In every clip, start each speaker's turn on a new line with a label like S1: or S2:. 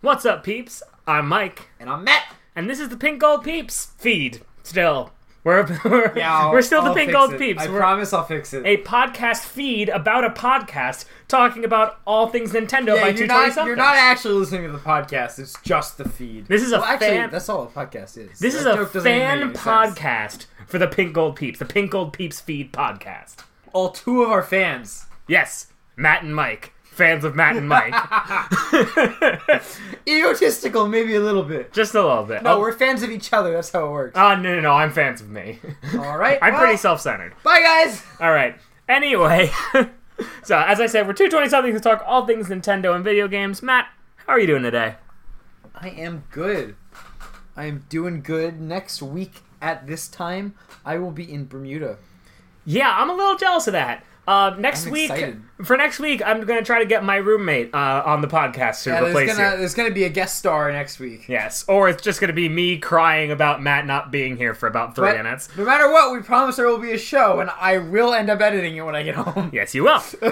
S1: What's up, peeps? I'm Mike,
S2: And I'm Matt.
S1: and this is the Pink Gold Peeps feed. Still, we're we're,
S2: Yeah, I'll-
S1: we're still the
S2: I'll
S1: Pink
S2: fix
S1: Gold
S2: it.
S1: Peeps.
S2: I
S1: we're
S2: promise I'll fix it.
S1: a podcast feed about a podcast talking about all things Nintendo
S2: yeah,
S1: by
S2: you're,
S1: 220
S2: not,
S1: something.
S2: you're not actually listening to the podcast. It's just the feed.
S1: This is a
S2: well, actually,
S1: fan-
S2: that's all a podcast is.
S1: this
S2: is
S1: is a fan podcast for the Pink Gold Peeps, the Pink Gold Peeps feed podcast.
S2: All two of our fans
S1: Yes, Matt and Mike, fans of Matt and Mike,
S2: egotistical, maybe a little bit.
S1: just a little bit.
S2: No,
S1: oh,
S2: we're fans of each other. That's how it works.
S1: oh, no, no, no, I'm fans of me.
S2: all right,
S1: I'm
S2: Oh. well,
S1: pretty Uh. self-centered.
S2: Bye, guys.
S1: All right. Anyway, so as I said, we're two twenty something to talk all things Nintendo and video games. Matt, how are you doing today?
S2: I am good. I am doing good. Next week at this time, I will be in Bermuda.
S1: Yeah, I'm a little jealous of that. Uh, next
S2: I'm
S1: week,
S2: excited.
S1: for next week, I'm gonna try to get my roommate uh, on the podcast to
S2: Yeah,
S1: replace
S2: there's gonna
S1: you.
S2: there's gonna be a guest star next week.
S1: Yes, or it's just gonna be me crying about Matt not being here for about three
S2: But
S1: minutes.
S2: No matter what, we promise there will be a show, and I will end up editing it when I get home.
S1: Yes, you will.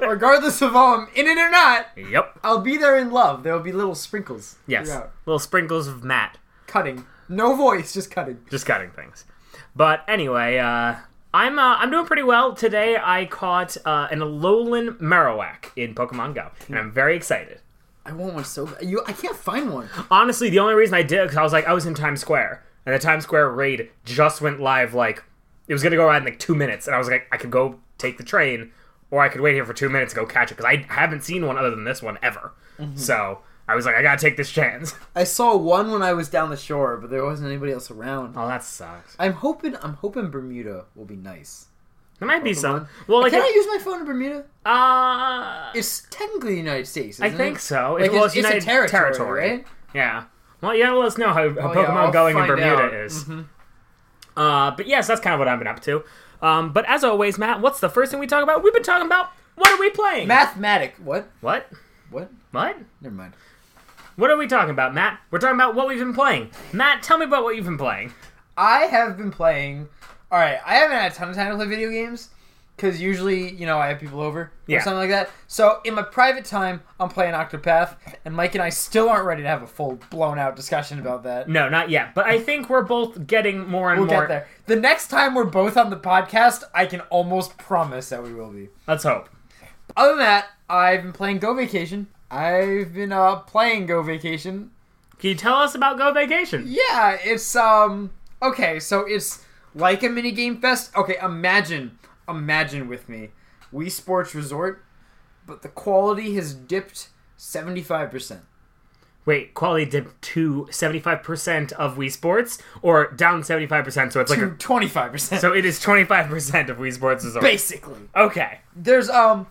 S2: Regardless of if I'm in it or not,
S1: yep.
S2: I'll be there in love. There will be little sprinkles.
S1: Yes.
S2: throughout.
S1: Little sprinkles of Matt.
S2: Cutting. No voice, just cutting.
S1: just cutting things. But anyway, uh, I'm uh, I'm doing pretty well today. I caught uh, an Alolan Marowak in Pokemon Go, and I'm very excited.
S2: I want one so bad. You, I can't find one.
S1: Honestly, the only reason I did because I was like I was in Times Square, and the Times Square raid just went live. Like it was gonna go around in like two minutes, and I was like I could go take the train, or I could wait here for two minutes and go catch it because I haven't seen one other than this one ever.
S2: Mm-hmm.
S1: So I was like I gotta take this chance.
S2: I saw one when I was down the shore, but there wasn't anybody else around.
S1: Oh, that sucks.
S2: I'm hoping. I'm hoping Bermuda will be nice.
S1: There might be some.
S2: Pokemon.
S1: Well, like
S2: Can I use my phone in Bermuda?
S1: uh,
S2: It's technically the United States.
S1: I
S2: Isn't
S1: think
S2: it?
S1: so.
S2: Like,
S1: It- well,
S2: it's,
S1: it's
S2: it's a
S1: United
S2: territory,
S1: territory.
S2: right?
S1: Yeah. Well, yeah. Let us know how, how
S2: Oh, yeah,
S1: Pokemon
S2: I'll
S1: Going in
S2: find
S1: Bermuda
S2: out.
S1: is.
S2: Mhm.
S1: Uh, but yes, that's kind of what I've been up to. Um, but as always, Matt, what's the first thing we talk about? We've been talking about what are we playing?
S2: Mathematic. What?
S1: What?
S2: What?
S1: What?
S2: Never mind.
S1: What are we talking about, Matt? We're talking about what we've been playing. Matt, tell me about what you've been playing.
S2: I have been playing. All right, I haven't had a ton of time to play video games because usually, you know, I have people over
S1: Yeah.
S2: or something like that. So in my private time, I'm playing Octopath, and Mike and I still aren't ready to have a full blown out discussion about that.
S1: No, not yet. But I think we're both getting more and
S2: We'll
S1: more.
S2: get there. The next time we're both on the podcast, I can almost promise that we will be.
S1: Let's hope.
S2: Other than that, I've been playing Go Vacation. I've been uh, playing Go Vacation.
S1: Can you tell us about Go Vacation?
S2: Yeah, it's um okay, so it's like a mini game fest. Okay, imagine, imagine with me, Wii Sports Resort, but the quality has dipped seventy five percent.
S1: Wait, quality dipped to seventy five percent of Wii Sports, or down seventy five percent. So it's like a
S2: Twenty five percent.
S1: So it is 25% of Wii Sports is over.
S2: Basically,
S1: Okay.
S2: there's um,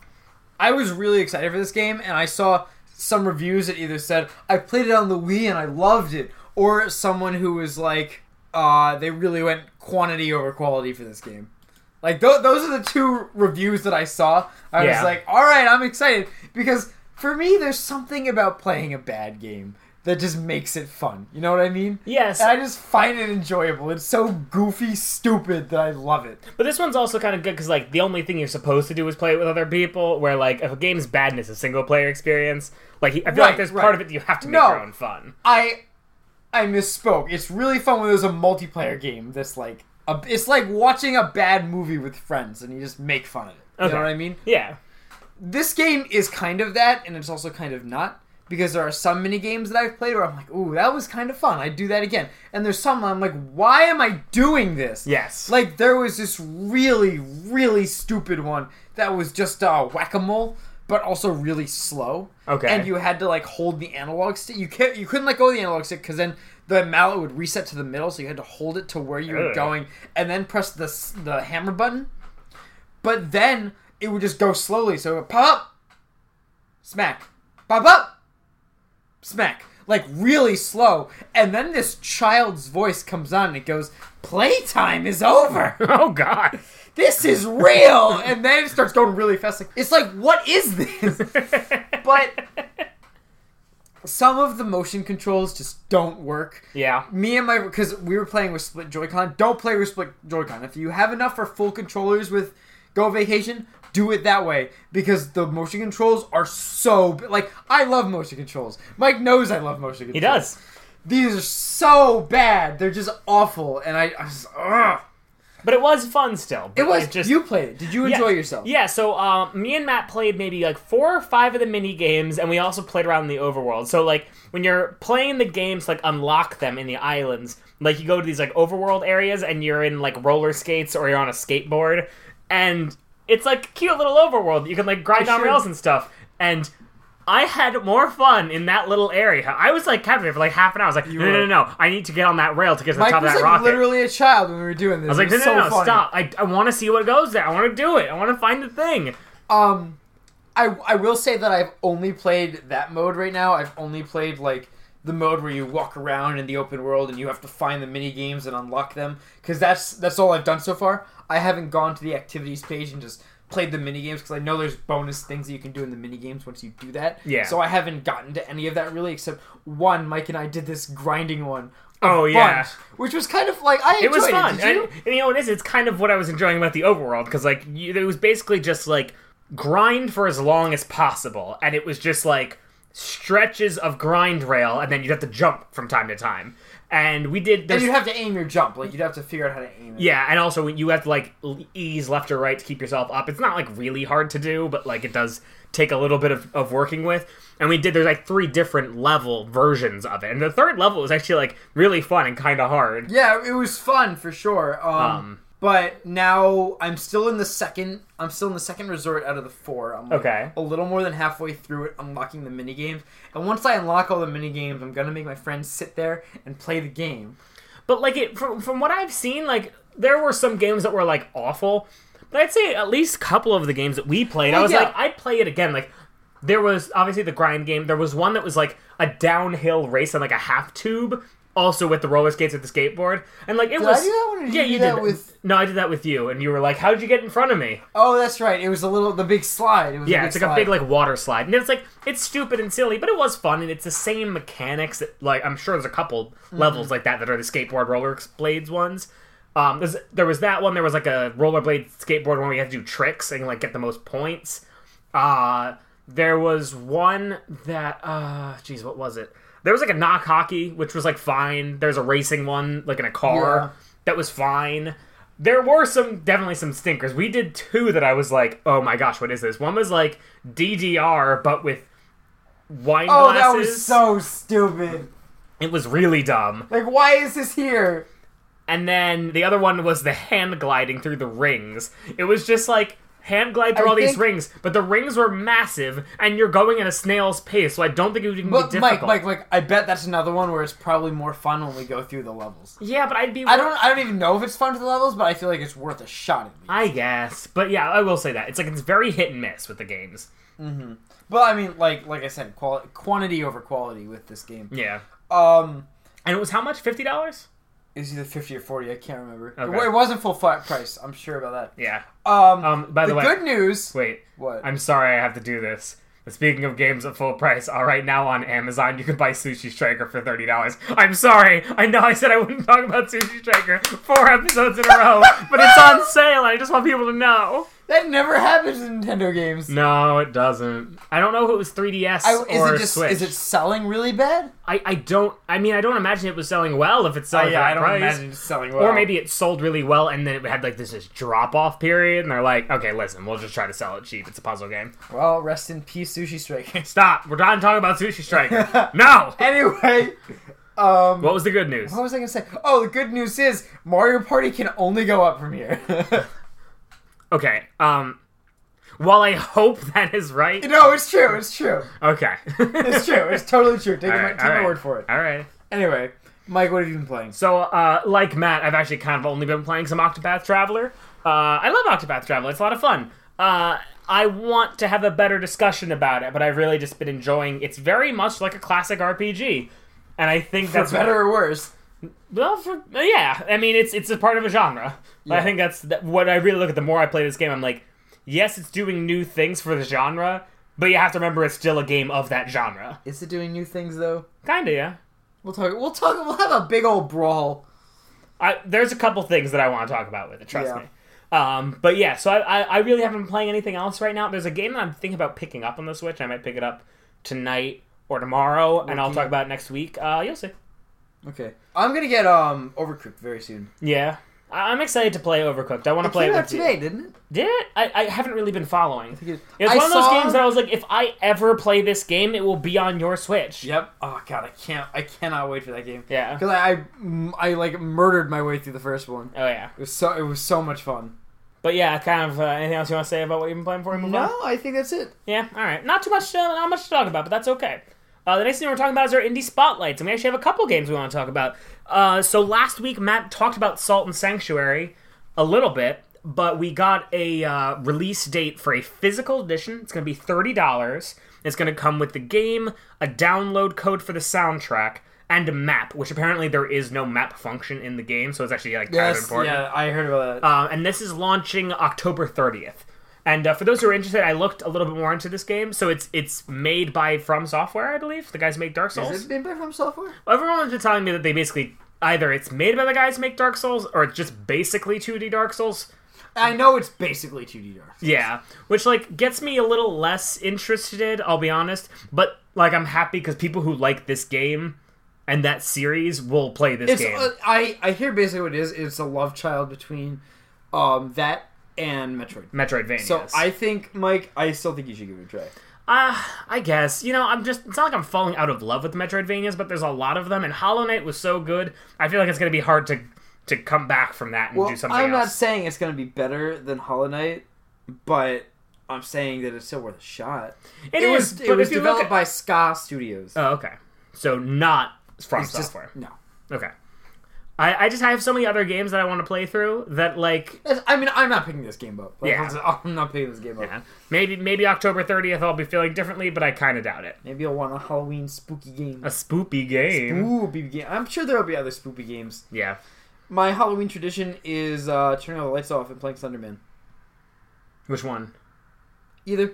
S2: I was really excited for this game, and I saw some reviews that either said I played it on the Wii and I loved it, or someone who was like, uh, they really went quantity over quality for this game. Like th- those are the two reviews that I saw. I
S1: Yeah.
S2: was like, all right, I'm excited because for me, there's something about playing a bad game that just makes it fun. You know what I mean?
S1: Yes.
S2: And I just find it enjoyable. It's so goofy, stupid that I love it.
S1: But this one's also kind of good because, like, the only thing you're supposed to do is play it with other people, where, like, if a game's bad and it's a single player experience, like, I feel like
S2: Right,
S1: there's
S2: right.
S1: part of it that you have to make
S2: No.
S1: your own fun.
S2: I I misspoke. It's really fun when there's a multiplayer game that's like a, it's like watching a bad movie with friends and you just make fun of it. You
S1: Okay.
S2: know what I mean?
S1: Yeah.
S2: This game is kind of that and it's also kind of not because there are some mini games that I've played where I'm like, "Ooh, that was kind of fun. I'd do that again." And there's some I'm like, "Why am I doing this?"
S1: Yes.
S2: Like there was this really really stupid one that was just uh, whack-a-mole but also really slow.
S1: Okay.
S2: And you had to like hold the analog stick. You can't you couldn't let go of the analog stick cuz then the mallet would reset to the middle so you had to hold it to where you were
S1: Ugh.
S2: going and then press the s- the hammer button. But then it would just go slowly so it would pop up smack pop up smack like really slow and then this child's voice comes on and it goes playtime is over
S1: oh, God.
S2: this is real and then it starts going really fast like, it's like what is this but some of the motion controls just don't work
S1: yeah.
S2: me and my because we were playing with split joy-con don't play with split joy-con if you have enough for full controllers with go vacation do it that way because the motion controls are so b- like I love motion controls. Mike knows I love motion controls.
S1: He does.
S2: These are so bad. They're just awful, and I, I just ugh.
S1: But it was fun still. but
S2: It was
S1: just
S2: you played it. Did you enjoy
S1: yeah.
S2: yourself?
S1: Yeah, so um, me and Matt played maybe like four or five of the mini games, and we also played around in the overworld. So like when you're playing the games, like unlock them in the islands. Like you go to these like overworld areas, and you're in like roller skates or you're on a skateboard, and it's like a cute little overworld. You can like grind
S2: I
S1: on
S2: should-
S1: rails and stuff, and. I had more fun in that little area. I was like captivated for like half an hour. I was like, no, no, no,
S2: were-
S1: no, I need to get on that rail to get to the
S2: Mike
S1: top of
S2: was
S1: that
S2: like
S1: rocket.
S2: literally a child when we were doing
S1: I
S2: this.
S1: was like, no, no,
S2: so
S1: no,
S2: funny.
S1: stop. I, I want to see what goes there. I want to do it. I want to find the thing.
S2: Um, I I will say that I've only played that mode right now. I've only played like the mode where you walk around in the open world and you have to find the mini games and unlock them because that's that's all I've done so far. I haven't gone to the activities page and just played the mini games because I know there's bonus things that you can do in the mini games once you do that.
S1: Yeah.
S2: So I haven't gotten to any of that really, except one. Mike and I did this grinding one. a
S1: Oh, yeah.
S2: bunch, which was kind of like I enjoyed
S1: It
S2: it.
S1: was fun.
S2: Did you?
S1: And, and you know, it is. It's kind of what I was enjoying about the overworld because, like, you, it was basically just like grind for as long as possible, and it was just like stretches of grind rail, and then you'd have to jump from time to time. And we did.
S2: and
S1: There's,
S2: you'd have to aim your jump. Like you'd have to figure out how to aim it.
S1: yeah, and also you have to like l- ease left or right to keep yourself up. It's not like really hard to do, but like it does take a little bit of, of working with. And we did. There's like three different level versions of it, and the third level was actually like really fun and kind of hard.
S2: Yeah, it was fun for sure. Um,
S1: Um,
S2: but now I'm still in the second. I'm still in the second resort out of the four. I'm like
S1: Okay.
S2: a little more than halfway through it, unlocking the mini games. And once I unlock all the mini games, I'm gonna make my friends sit there and play the game.
S1: But like it from from what I've seen, like there were some games that were like awful. But I'd say at least a couple of the games that we played, I
S2: Well,
S1: was
S2: Oh, yeah.
S1: like, I'd play it again. Like there was obviously the grind game. There was one that was like a downhill race on like a half tube, also with the roller skates with the skateboard. And like it
S2: I
S1: was
S2: do that one, or did
S1: yeah,
S2: you do
S1: you
S2: that
S1: did
S2: with-
S1: No, I did that with you, and you were like, "How'd you get in front of me?"
S2: Oh, that's right. It was a little the big slide. It was
S1: Yeah,
S2: a
S1: it's
S2: big
S1: like a big
S2: slide.
S1: like water slide, and it's like it's stupid and silly, but it was fun, and it's the same mechanics. That, like I'm sure there's a couple levels like that that are the skateboard rollerblades ones. Um, there's, there was that one. There was like a rollerblade skateboard one where you had to do tricks and like get the most points. Uh, there was one that uh, geez, what was it? There was like a knock hockey, which was like fine. There's a racing one, like in a car,
S2: Yeah.
S1: that was fine. There were some definitely some stinkers. We did two that I was like, oh my gosh, what is this? One was like DDR, but with wine
S2: Oh,
S1: glasses.
S2: that was so stupid.
S1: it was really dumb.
S2: Like, why is this here?
S1: And then the other one was the hand gliding through the rings. It was just like hand glide through
S2: I
S1: all these
S2: think-
S1: rings, but the rings were massive, and you're going at a snail's pace, so I don't think it would even
S2: But
S1: be
S2: Mike,
S1: difficult.
S2: Mike, Mike, I bet that's another one where it's probably more fun when we go through the levels.
S1: yeah, but I'd be.
S2: I don't, I don't even know if it's fun to the levels, but I feel like it's worth a shot at least.
S1: I guess, but yeah, I will say that it's like it's very hit and miss with the games.
S2: Well, I mean, like like I said, quali- quantity over quality with this game.
S1: Yeah,
S2: Um,
S1: and it was how much? Fifty dollars?
S2: it was either fifty or forty. I can't remember. It
S1: Okay.
S2: wa- It, wasn't full fi- price. I'm sure about
S1: Yeah.
S2: that. Um,
S1: Um. By the,
S2: the
S1: way,
S2: good news.
S1: wait.
S2: What?
S1: I'm sorry I have to do this. But speaking of games at full price, all right now on Amazon you can buy Sushi Striker for thirty dollars. I'm sorry, I know I said I wouldn't talk about Sushi Striker four episodes in a row, but it's on sale. I just want people to know.
S2: that never happens in Nintendo games.
S1: No, it doesn't. I don't know if it was 3DS
S2: I, is
S1: or
S2: it just
S1: Switch.
S2: is it selling really bad?
S1: I, I don't. I mean, I don't imagine it was selling well if it's selling for that Oh, price.
S2: it's selling well.
S1: Or maybe it sold really well and then it had like this just drop off period, and they're like, okay, listen, we'll just try to sell it cheap. It's a puzzle game.
S2: Well, rest in peace, Sushi Strikers.
S1: Stop. We're not talking about Sushi Striker. no.
S2: anyway, um,
S1: What was the good news?
S2: what was I gonna say? Oh, the good news is Mario Party can only go up from here.
S1: Okay. Um. While I hope that is right.
S2: no, it's true. It's true.
S1: Okay.
S2: It's true. It's totally true. Take,
S1: All
S2: my,
S1: right,
S2: take
S1: all
S2: my
S1: right.
S2: word for it.
S1: All right.
S2: Anyway, Mike, what have you been playing?
S1: So, uh, like Matt, I've actually kind of only been playing some Octopath Traveler. Uh, I love Octopath Traveler. It's a lot of fun. Uh, I want to have a better discussion about it, but I've really just been enjoying. It's very much like a classic RPG, and I think that's what-
S2: better or worse.
S1: Well, for, uh, yeah, I mean it's it's a part of a genre. But I
S2: Yeah.
S1: think that's that, what I really look at. The more I play this game, I'm like, yes, it's doing new things for the genre, but you have to remember it's still a game of that genre.
S2: Is it doing new things though?
S1: Kinda, yeah.
S2: We'll talk. We'll talk. We'll have a big old brawl.
S1: I, there's a couple things that I want to talk about with it. Trust
S2: Yeah.
S1: me. Um, but yeah, so I, I, I really haven't been playing anything else right now. There's a game that I'm thinking about picking up on the Switch. I might pick it up tonight or tomorrow, and I'll
S2: Okay.
S1: talk about it next week. Uh, you'll see.
S2: Okay. I'm gonna get um Overcooked very soon.
S1: Yeah. I- I'm excited to play Overcooked. I want to play
S2: came
S1: it
S2: out
S1: with you.
S2: today, didn't it?
S1: Did it? I, I haven't really been following.
S2: think it-
S1: It's
S2: I
S1: one of those
S2: saw-
S1: games that I was like, if I ever play this game, it will be on your Switch.
S2: Yep. Oh god, I can't. I cannot wait for that game.
S1: Yeah.
S2: Because I, I mm, I like murdered my way through the first one.
S1: Oh yeah.
S2: It was so it was so much fun.
S1: But yeah, kind of. Uh, anything else you want to say about what you've been playing before we move on?
S2: I think that's it.
S1: Yeah. All right. Not too much. Uh, not much to talk about, but that's okay. Uh, the next thing we're talking about is our indie spotlights, and we actually have a couple games we want to talk about. Uh, so last week, Matt talked about Salt and Sanctuary a little bit, but we got a uh, release date for a physical edition. It's going to be thirty dollars. It's going to come with the game, a download code for the soundtrack, and a map. Which apparently there is no map function in the game, so it's actually like kind of
S2: Yes.
S1: important.
S2: Yeah, I heard about that.
S1: Um, and this is launching October 30th. And uh, for those who are interested, I looked a little bit more into this game. So it's it's made by From Software, I believe. The guys who make Dark Souls.
S2: Has it been by From Software?
S1: Everyone's been telling me that they basically either it's made by the guys who make Dark Souls or it's just basically 2D Dark Souls.
S2: I know it's basically 2D Dark.
S1: Yeah, which like gets me a little less interested. I'll be honest, but like I'm happy because people who like this game and that series will play this
S2: It's
S1: game.
S2: uh, I I hear basically what it is. It's a love child between um that and Metroid.
S1: Metroidvania.
S2: So I think Mike, I still think you should give it a try.
S1: Uh, I guess. You know, I'm just. It's not like I'm falling out of love with Metroidvanias, but there's a lot of them, and Hollow Knight was so good. I feel like it's going to be hard to to come back from that and
S2: Well,
S1: do something
S2: I'm not
S1: else.
S2: saying it's going to be better than Hollow Knight, but I'm saying that it's still worth a shot. It,
S1: is,
S2: was
S1: but
S2: it was
S1: if you look
S2: developed
S1: at-
S2: by Ska Studios.
S1: Oh, okay. So not from
S2: It's just-
S1: software.
S2: no.
S1: Okay. I, I just I have so many other games that I want to play through that like
S2: That's- I mean, I'm not picking this game up. Like,
S1: Yeah.
S2: let's- I'm not picking this game up.
S1: maybe maybe October 30th I'll be feeling differently, but I kind of doubt it.
S2: Maybe I'll want a Halloween spooky game.
S1: A spoopy game.
S2: Ooh, BB game. I'm sure there'll be other spooky games.
S1: Yeah.
S2: My Halloween tradition is uh, turning all the lights off and playing Thunderman.
S1: Which one?
S2: Either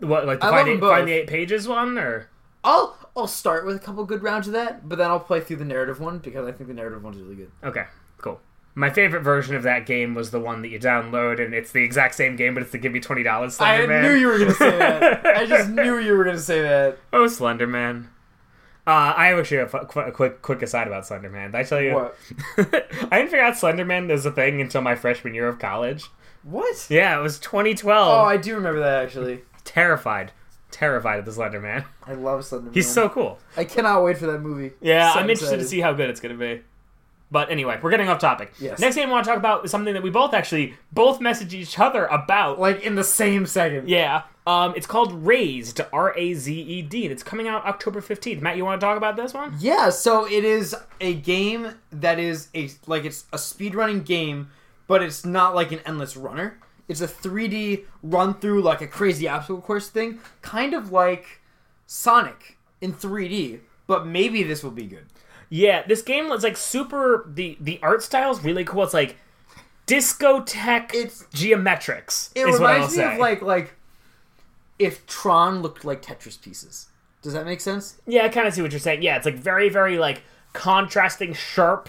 S1: What like the
S2: I love
S1: find,
S2: them
S1: eight, find
S2: both.
S1: the eight pages one or
S2: I'll I'll start with a couple good rounds of that, but then I'll play through the narrative one because I think the narrative one's really good.
S1: Okay, cool. My favorite version of that game was the one that you download, and it's the exact same game, but it's the give me twenty dollars.
S2: I knew you were gonna say that. I just knew you were gonna say that.
S1: Oh, Slenderman. Uh, I have a fu- qu- quick quick aside about Slenderman. Did I tell you?
S2: What?
S1: I didn't figure out Slenderman is a thing until my freshman year of college.
S2: What?
S1: Yeah, it was 2012.
S2: Oh, I do remember that actually.
S1: terrified, terrified of the Slenderman.
S2: I love Slenderman.
S1: He's so cool.
S2: I cannot wait for that movie.
S1: Yeah,
S2: So
S1: I'm interested to
S2: excited.
S1: see how good it's going to be. But anyway, we're getting off topic.
S2: Yes.
S1: Next thing I want to talk about is something that we both actually both messaged each other about
S2: Like in the same second.
S1: Yeah. Um, it's called Raised, R A Z E D, and it's coming out October 15th. Matt, you want to talk about this one?
S2: Yeah, so it is a game that is a like it's a speedrunning game, but it's not like an endless runner. It's a 3D run through like a crazy obstacle course thing, kind of like Sonic in 3D, but maybe this will be good.
S1: Yeah, this game was like super. The, the art style's really cool. It's like discotheque
S2: It's-
S1: geometrics.
S2: It
S1: is what I'll
S2: reminds me
S1: say.
S2: of like like if Tron looked like Tetris pieces. Does that make sense?
S1: Yeah, I kind of see what you're saying. Yeah, it's like very, very like contrasting, sharp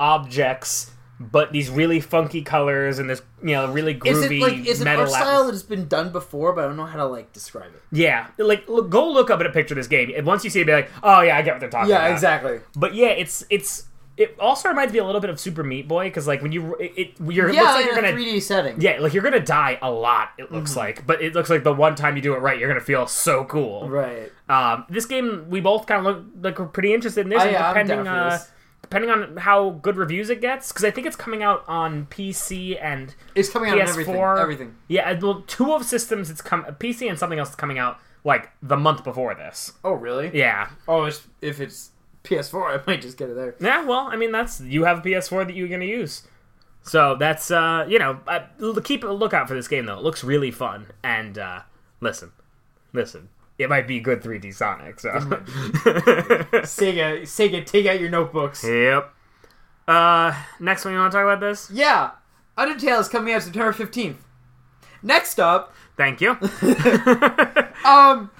S1: objects, but these really funky colors and this, you know, really groovy
S2: Is it like is it
S1: metal
S2: art style that has been done before, but I don't know how to like describe it.
S1: Yeah, like look, go look up at a picture of this game. And once you see it, be like, oh yeah, I get what they're talking about.
S2: exactly.
S1: But yeah, it's it's it also reminds me a little bit of Super Meat Boy because like when you it, it you're it
S2: Yeah,
S1: looks
S2: Mm-hmm.
S1: like
S2: in
S1: you're
S2: a
S1: gonna
S2: 3D setting.
S1: yeah like you're gonna die a lot. It looks like, but it looks like the one time you do it right, you're gonna feel so cool.
S2: Right.
S1: Um, this game we both kind of look like we're pretty interested in this,
S2: I-
S1: and
S2: I'm
S1: depending
S2: down for
S1: uh,
S2: this.
S1: depending on how good reviews it gets, because I think it's coming out on PC and
S2: It's coming out on everything.
S1: PS4.
S2: Everything.
S1: yeah, and, well, two of systems it's come PC and something else is coming out like the month before this.
S2: Oh, really?
S1: Yeah,
S2: Oh, it's, if it's PS4, I might just get it there.
S1: Yeah, well, I mean, that's you have a PS4 that you're gonna use, so that's uh, you know, uh, l- keep a lookout for this game though. It looks really fun, and uh, listen, listen, it might be good 3D Sonic. So,
S2: Sega, Sega, take out your notebooks.
S1: yep. Uh, next one you want to talk about this?
S2: Yeah, Undertale is coming out September 15th. Next up,
S1: Thank you.
S2: um,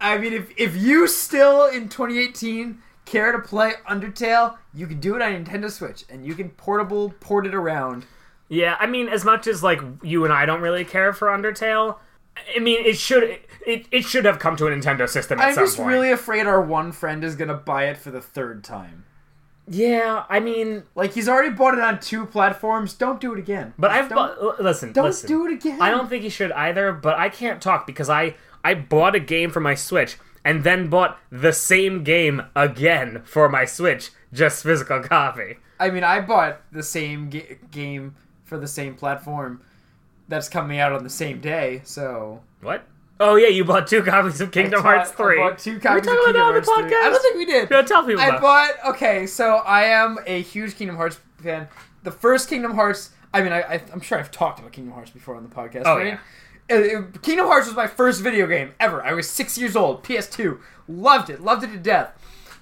S2: I mean, if, if you still in 2018 care to play Undertale, you can do it on Nintendo Switch, and you can portable port it around.
S1: Yeah, I mean, as much as like you and I don't really care for Undertale, I mean, it should it, it should have come to a Nintendo system at
S2: I'm
S1: some
S2: just
S1: point.
S2: really afraid our one friend is gonna buy it for the third time.
S1: yeah, I mean,
S2: Like he's already bought it on two platforms. Don't do it again.
S1: but I've
S2: Just don't,
S1: bought. l- Listen,
S2: don't
S1: listen.
S2: do it again.
S1: I don't think you should either, but I can't talk because I I bought a game for my Switch and then bought the same game again for my Switch, just physical copy.
S2: I mean, I bought the same ga- game for the same platform that's coming out on the same day. So
S1: What? Oh yeah, you bought two copies of Kingdom
S2: I bought-
S1: Hearts three.
S2: I bought two
S1: Are we
S2: copies
S1: talking
S2: of
S1: about
S2: Kingdom
S1: that on the
S2: Hearts 3. I
S1: podcast?
S2: don't think we did.
S1: Yeah, tell people
S2: I
S1: about it.
S2: bought. Okay, so I am a huge Kingdom Hearts fan. The first Kingdom Hearts. I mean, I, I, I'm sure I've talked about Kingdom Hearts before on the podcast.
S1: Oh,
S2: right? It- it- uh, Kingdom Hearts was my first video game ever. I was six years old. PS2. Loved it. Loved it to death.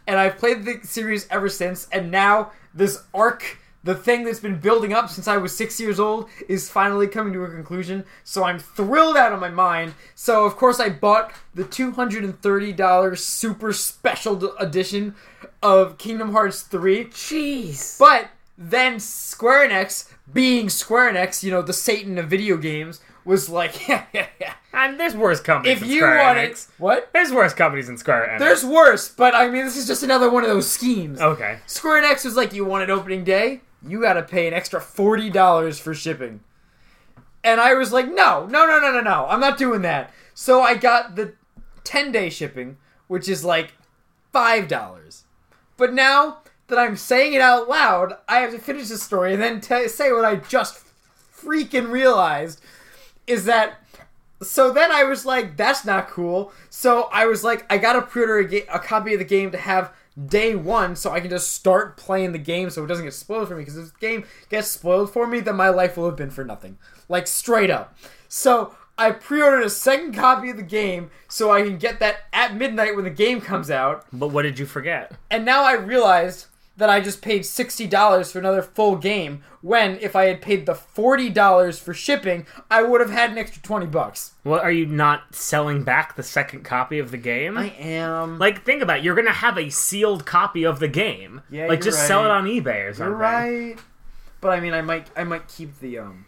S2: And I've played the series ever since. And now this arc. The thing that's been building up since I was six years old is finally coming to a conclusion, so I'm thrilled out of my mind. So, of course, I bought the $230 super special d- edition of Kingdom Hearts 3.
S1: Jeez.
S2: But then Square Enix, being Square Enix, you know, the Satan of video games, was like, yeah, yeah, yeah.
S1: And there's worse companies.
S2: If
S1: than
S2: you
S1: Square
S2: want it.
S1: Enix.
S2: What?
S1: There's worse companies than Square Enix.
S2: There's worse, but I mean, this is just another one of those schemes.
S1: okay.
S2: Square Enix was like, you want it opening day? You gotta pay an extra $40 for shipping. And I was like, no, no, no, no, no, no. I'm not doing that. So I got the 10 day shipping, which is like $5. But now that I'm saying it out loud, I have to finish this story and then t- say what I just freaking realized is that so then I was like, that's not cool. So I was like, I gotta pre-order a, ga- a copy of the game to have day one, so I can just start playing the game, so it doesn't get spoiled for me. Because if the game gets spoiled for me, then my life will have been for nothing, like straight up. So I pre-ordered a second copy of the game, so I can get that at midnight when the game comes out.
S1: But what did you forget?
S2: And now I realized that I just paid sixty dollars for another full game. When if I had paid the forty dollars for shipping, I would have had an extra twenty bucks.
S1: Well, are you not selling back the second copy of the game?
S2: am.
S1: like, think about it. You're gonna have a sealed copy of the game.
S2: Yeah,
S1: Like,
S2: you're
S1: just sell it
S2: right.
S1: on eBay or something.
S2: You're right. But I mean, I might I might keep the um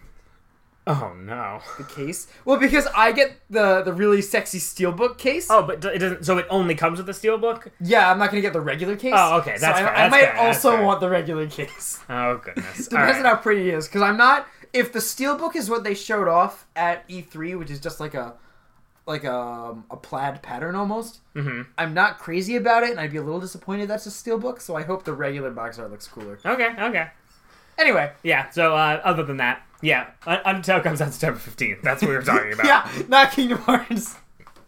S1: Oh no.
S2: the case. Well, because I get the the really sexy steelbook case.
S1: Oh, but it doesn't. So it only comes with the steelbook.
S2: Yeah, I'm not gonna get the regular case.
S1: Oh, okay,
S2: So
S1: that's
S2: I,
S1: fair,
S2: I
S1: that's
S2: might
S1: fair, that's
S2: also
S1: fair.
S2: want the regular case.
S1: Oh goodness. All right.
S2: Depends on how pretty it is, because I'm not. If the steelbook is what they showed off at E3, which is just like a like a, um, a plaid pattern almost, mm-hmm. I'm not crazy about it, and I'd be a little disappointed that's a steelbook. So I hope the regular box art looks cooler.
S1: Okay. Okay.
S2: Anyway,
S1: Yeah. So uh, other than that, yeah, Un- Undertale comes out September 15th. That's what we were talking about.
S2: yeah, not Kingdom Hearts.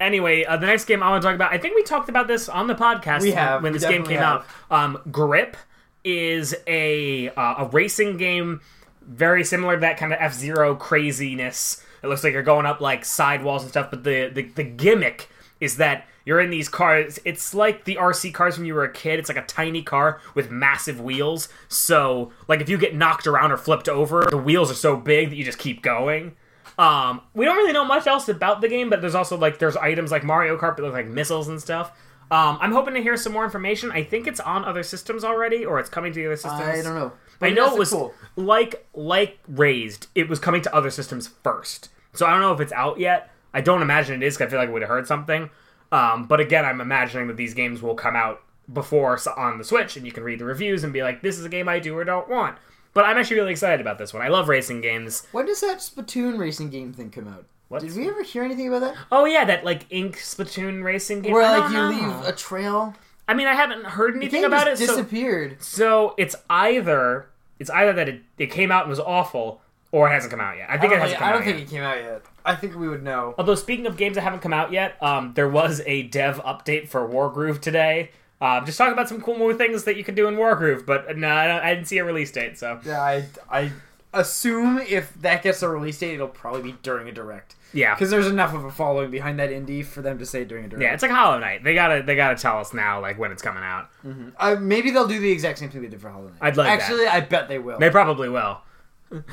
S1: Anyway, uh, the next game I want to talk about, I think we talked about this on the podcast
S2: We have.
S1: when
S2: We
S1: this game
S2: definitely
S1: came
S2: have.
S1: out. Um, Grip is a uh, a racing game very similar to that kind of F Zero craziness. It looks like you're going up like sidewalls and stuff, but the, the the gimmick is that you're in these cars. It's like the RC cars when you were a kid. It's like a tiny car with massive wheels. So like if you get knocked around or flipped over, the wheels are so big that you just keep going. Um, we don't really know much else about the game, but there's also like there's items like Mario Kart that look like missiles and stuff. Um, I'm hoping to hear some more information. I think it's on other systems already, or it's coming to the other systems.
S2: I don't know.
S1: I know
S2: that's
S1: it was
S2: cool.
S1: like like raised. It was coming to other systems first, so I don't know if it's out yet. I don't imagine it is. 'cause I feel like I would have heard something. Um, but again, I'm imagining that these games will come out before s- on the Switch, and you can read the reviews and be like, "This is a game I do or don't want." But I'm actually really excited about this one. I love racing games.
S2: When does that Splatoon racing game thing come out?
S1: What's-
S2: Did we ever hear anything about that?
S1: Oh yeah, that like ink Splatoon racing game.
S2: Where
S1: I
S2: like you
S1: don't know.
S2: leave a trail?
S1: I mean, I haven't heard
S2: The
S1: anything
S2: game
S1: about it.
S2: just
S1: so-
S2: disappeared.
S1: So it's either it's either that it, it came out and was awful, or it hasn't come out yet. I think it
S2: I don't,
S1: hasn't
S2: think,
S1: come
S2: I
S1: out
S2: don't
S1: yet.
S2: think it came out yet. I think we would know.
S1: Although speaking of games that haven't come out yet, um, there was a dev update for Wargroove today. Um, just talking about some cool new things that you can do in Wargroove, but no, I, don't, I didn't see a release date. So
S2: Yeah, I, I assume if that gets a release date, it'll probably be during a direct.
S1: yeah,
S2: Because there's enough of a following behind that indie for them to say during a direct.
S1: yeah, it's like Hollow Knight. They gotta they gotta tell us now like when it's coming out.
S2: Uh, maybe they'll do the exact same thing they did for Hollow Knight.
S1: I'd like that.
S2: Actually, I bet they will.
S1: They probably will.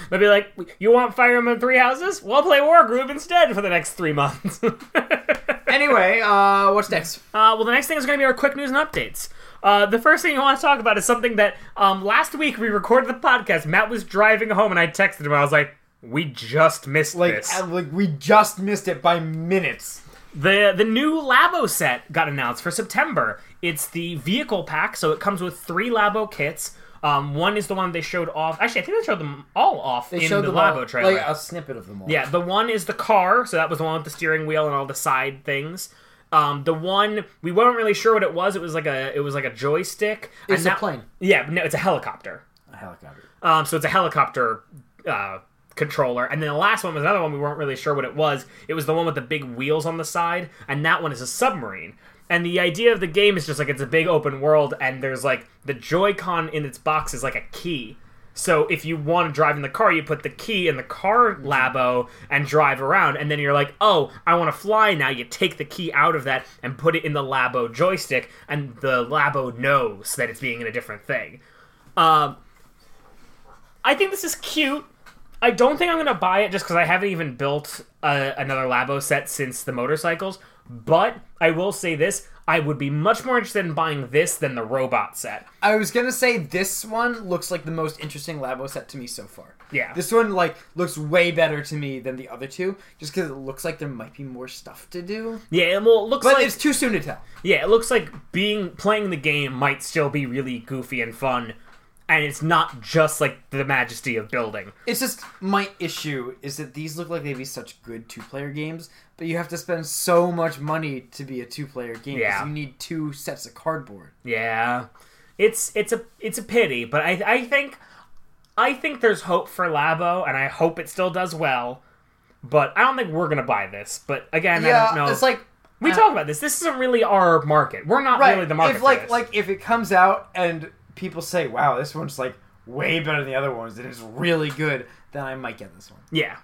S1: They'll be like, "You want Fire Emblem Three Houses? We'll play Wargroove instead for the next three months."
S2: Anyway, uh, what's next?
S1: Uh, well, the next thing is going to be our quick news and updates. Uh, the first thing I want to talk about is something that um, last week we recorded the podcast. Matt was driving home, and I texted him. I was like, "We just missed
S2: Like,
S1: this."
S2: uh, like we just missed it by minutes.
S1: The the new Labo set got announced for September. It's the vehicle pack, so it comes with three Labo kits. Um, one is the one they showed off. Actually, I think they showed them all off in the
S2: them
S1: Labo
S2: all-
S1: trailer.
S2: like a snippet of them all.
S1: yeah, the one is the car, so that was the one with the steering wheel and all the side things. Um, the one we weren't really sure what it was. It was like a it was like a joystick. And
S2: It's a
S1: that-
S2: plane.
S1: Yeah, no, it's a helicopter.
S2: a helicopter.
S1: Um, so it's a helicopter uh, controller. And then the last one was another one we weren't really sure what it was. It was the one with the big wheels on the side, and that one is a submarine. And the idea of the game is just like it's a big open world, and there's like the Joy-Con in its box is like a key. So if you want to drive in the car, you put the key in the car labo and drive around, and then you're like, "Oh, I want to fly now." You take the key out of that and put it in the labo joystick, and the labo knows that it's being in a different thing. Um, I think this is cute. I don't think I'm gonna buy it just because I haven't even built uh, another Labo set since the motorcycles. But I will say this: I would be much more interested in buying this than the robot set.
S2: I was gonna say this one looks like the most interesting Labo set to me so far.
S1: Yeah.
S2: This one like looks way better to me than the other two, just because it looks like there might be more stuff to do.
S1: Yeah, and well, it looks
S2: But
S1: like
S2: it's too soon to tell.
S1: yeah, it looks like being playing the game might still be really goofy and fun, and it's not just like the majesty of building.
S2: It's just my issue is that these look like they'd be such good two-player games, but you have to spend so much money to be a two-player game. 'cause
S1: Yeah.
S2: You need two sets of cardboard.
S1: Yeah, it's it's a it's a pity, but I I think I think there's hope for Labo, and I hope it still does well. But I don't think we're gonna buy this. But again, I
S2: yeah.
S1: don't know.
S2: It's like uh,
S1: we talk about this. This isn't really our market. We're not
S2: right.
S1: really the market.
S2: if
S1: for
S2: like
S1: this.
S2: like if it comes out and people say, "Wow, this one's like way better than the other ones," and it's really good, then I might get this one.
S1: yeah,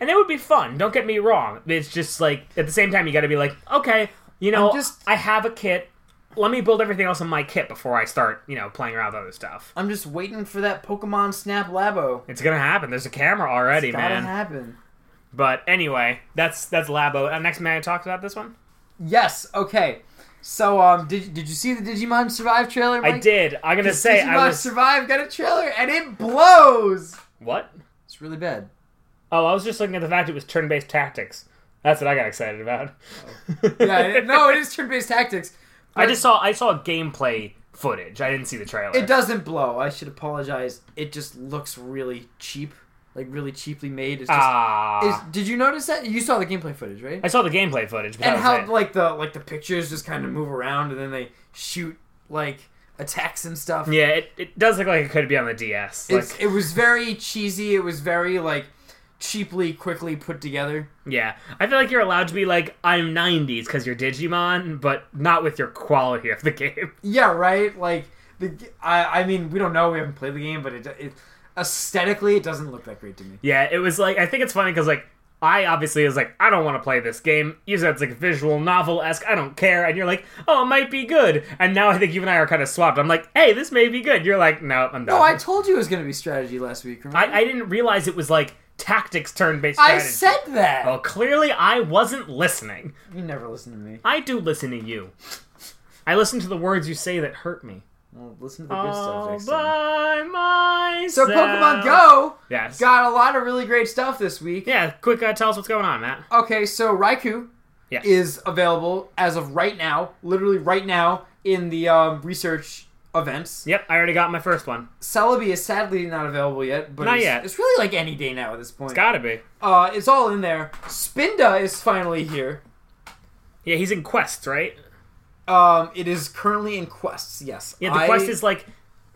S1: and it would be fun. Don't get me wrong. It's just like at the same time, you got to be like, okay, you know,
S2: I'm just-
S1: I have a kit. Let me build everything else in my kit before I start, you know, playing around with other stuff.
S2: I'm just waiting for that Pokemon Snap Labo.
S1: It's gonna happen. There's a camera already,
S2: Gotta
S1: man.
S2: happen.
S1: But anyway, that's that's Labo. Uh, next man talks about this one.
S2: Yes. Okay. So, um, did did you see the Digimon Survive trailer?
S1: I
S2: Mike?
S1: did. I'm gonna say
S2: Digimon
S1: I was
S2: Survive got a trailer and it blows.
S1: what?
S2: It's really bad.
S1: Oh, I was just looking at the fact it was turn-based tactics. That's what I got excited about.
S2: Oh. Yeah. it- no, it is turn-based tactics.
S1: I just saw I saw gameplay footage. I didn't see the trailer.
S2: It doesn't blow. I should apologize. It just looks really cheap, like really cheaply made. It's just. is,
S1: Ah,
S2: did you notice that? You saw the gameplay footage, right?
S1: I saw the gameplay footage, but that
S2: and
S1: was
S2: how
S1: it.
S2: like the like the pictures just kind of move around and then they shoot like attacks and stuff.
S1: yeah, it, it does look like it could be on the DS. Like,
S2: It's, it was very cheesy. It was very like cheaply, quickly put together.
S1: yeah, I feel like you're allowed to be like I'm 90s because you're Digimon, but not with your quality of the game.
S2: Yeah, right. Like the I, I mean, we don't know. We haven't played the game, but it, it aesthetically it doesn't look that great to me.
S1: Yeah, it was like I think it's funny because like I obviously was like I don't want to play this game. You said it's like visual novel esque. I don't care, and you're like, oh, it might be good. And now I think you and I are kind of swapped. I'm like, hey, this may be good. You're like, no, I'm done.
S2: Oh, I told you it was going to be strategy last week. Remember?
S1: I, I didn't realize it was like tactics turn based.
S2: I said that.
S1: Well, clearly I wasn't listening.
S2: You never listen to me.
S1: I do listen to you. I listen to the words you say that hurt me.
S2: Well, listen to the good stuff
S1: All
S2: next time.
S1: by
S2: Oh, So
S1: myself.
S2: Pokemon Go
S1: Yes.
S2: got a lot of really great stuff this week.
S1: yeah, quick, uh, tell us what's going on, Matt.
S2: Okay, so Raikou
S1: Yes.
S2: is available as of right now, literally right now in the um, research events.
S1: Yep, I already got my first one.
S2: Celebi is sadly not available yet, but
S1: Not
S2: it's,
S1: yet.
S2: it's really like any day now at this point.
S1: Gotta be.
S2: uh, it's all in there. Spinda is finally here.
S1: Yeah, he's in quests, right?
S2: Um, it is currently in quests. Yes.
S1: Yeah, the
S2: I-
S1: quest is like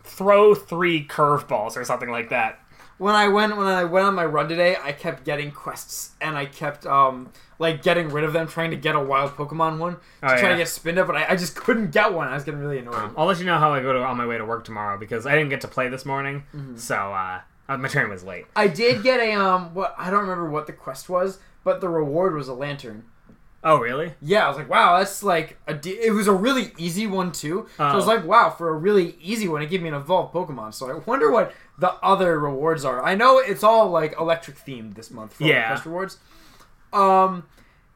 S1: throw three curveballs or something like that.
S2: when I went when I went on my run today, I kept getting quests and I kept um like getting rid of them, trying to get a wild Pokemon one to
S1: Oh,
S2: try
S1: yeah. Um.
S2: to get Spinda, but I, I just couldn't get one. I was getting really annoyed.
S1: I'll let you know how I go to, on my way to work tomorrow because I didn't get to play this morning, so uh, uh, my train was late.
S2: I did get a um what I don't remember what the quest was, but the reward was a lantern.
S1: Oh, really?
S2: Yeah, I was like, wow, that's like a de- it was a really easy one too. So I was
S1: Oh.
S2: like, wow, for a really easy one, it gave me an evolved Pokemon. So I wonder what the other rewards are. I know it's all like electric themed this month for all the
S1: Yeah.
S2: quest rewards. Um,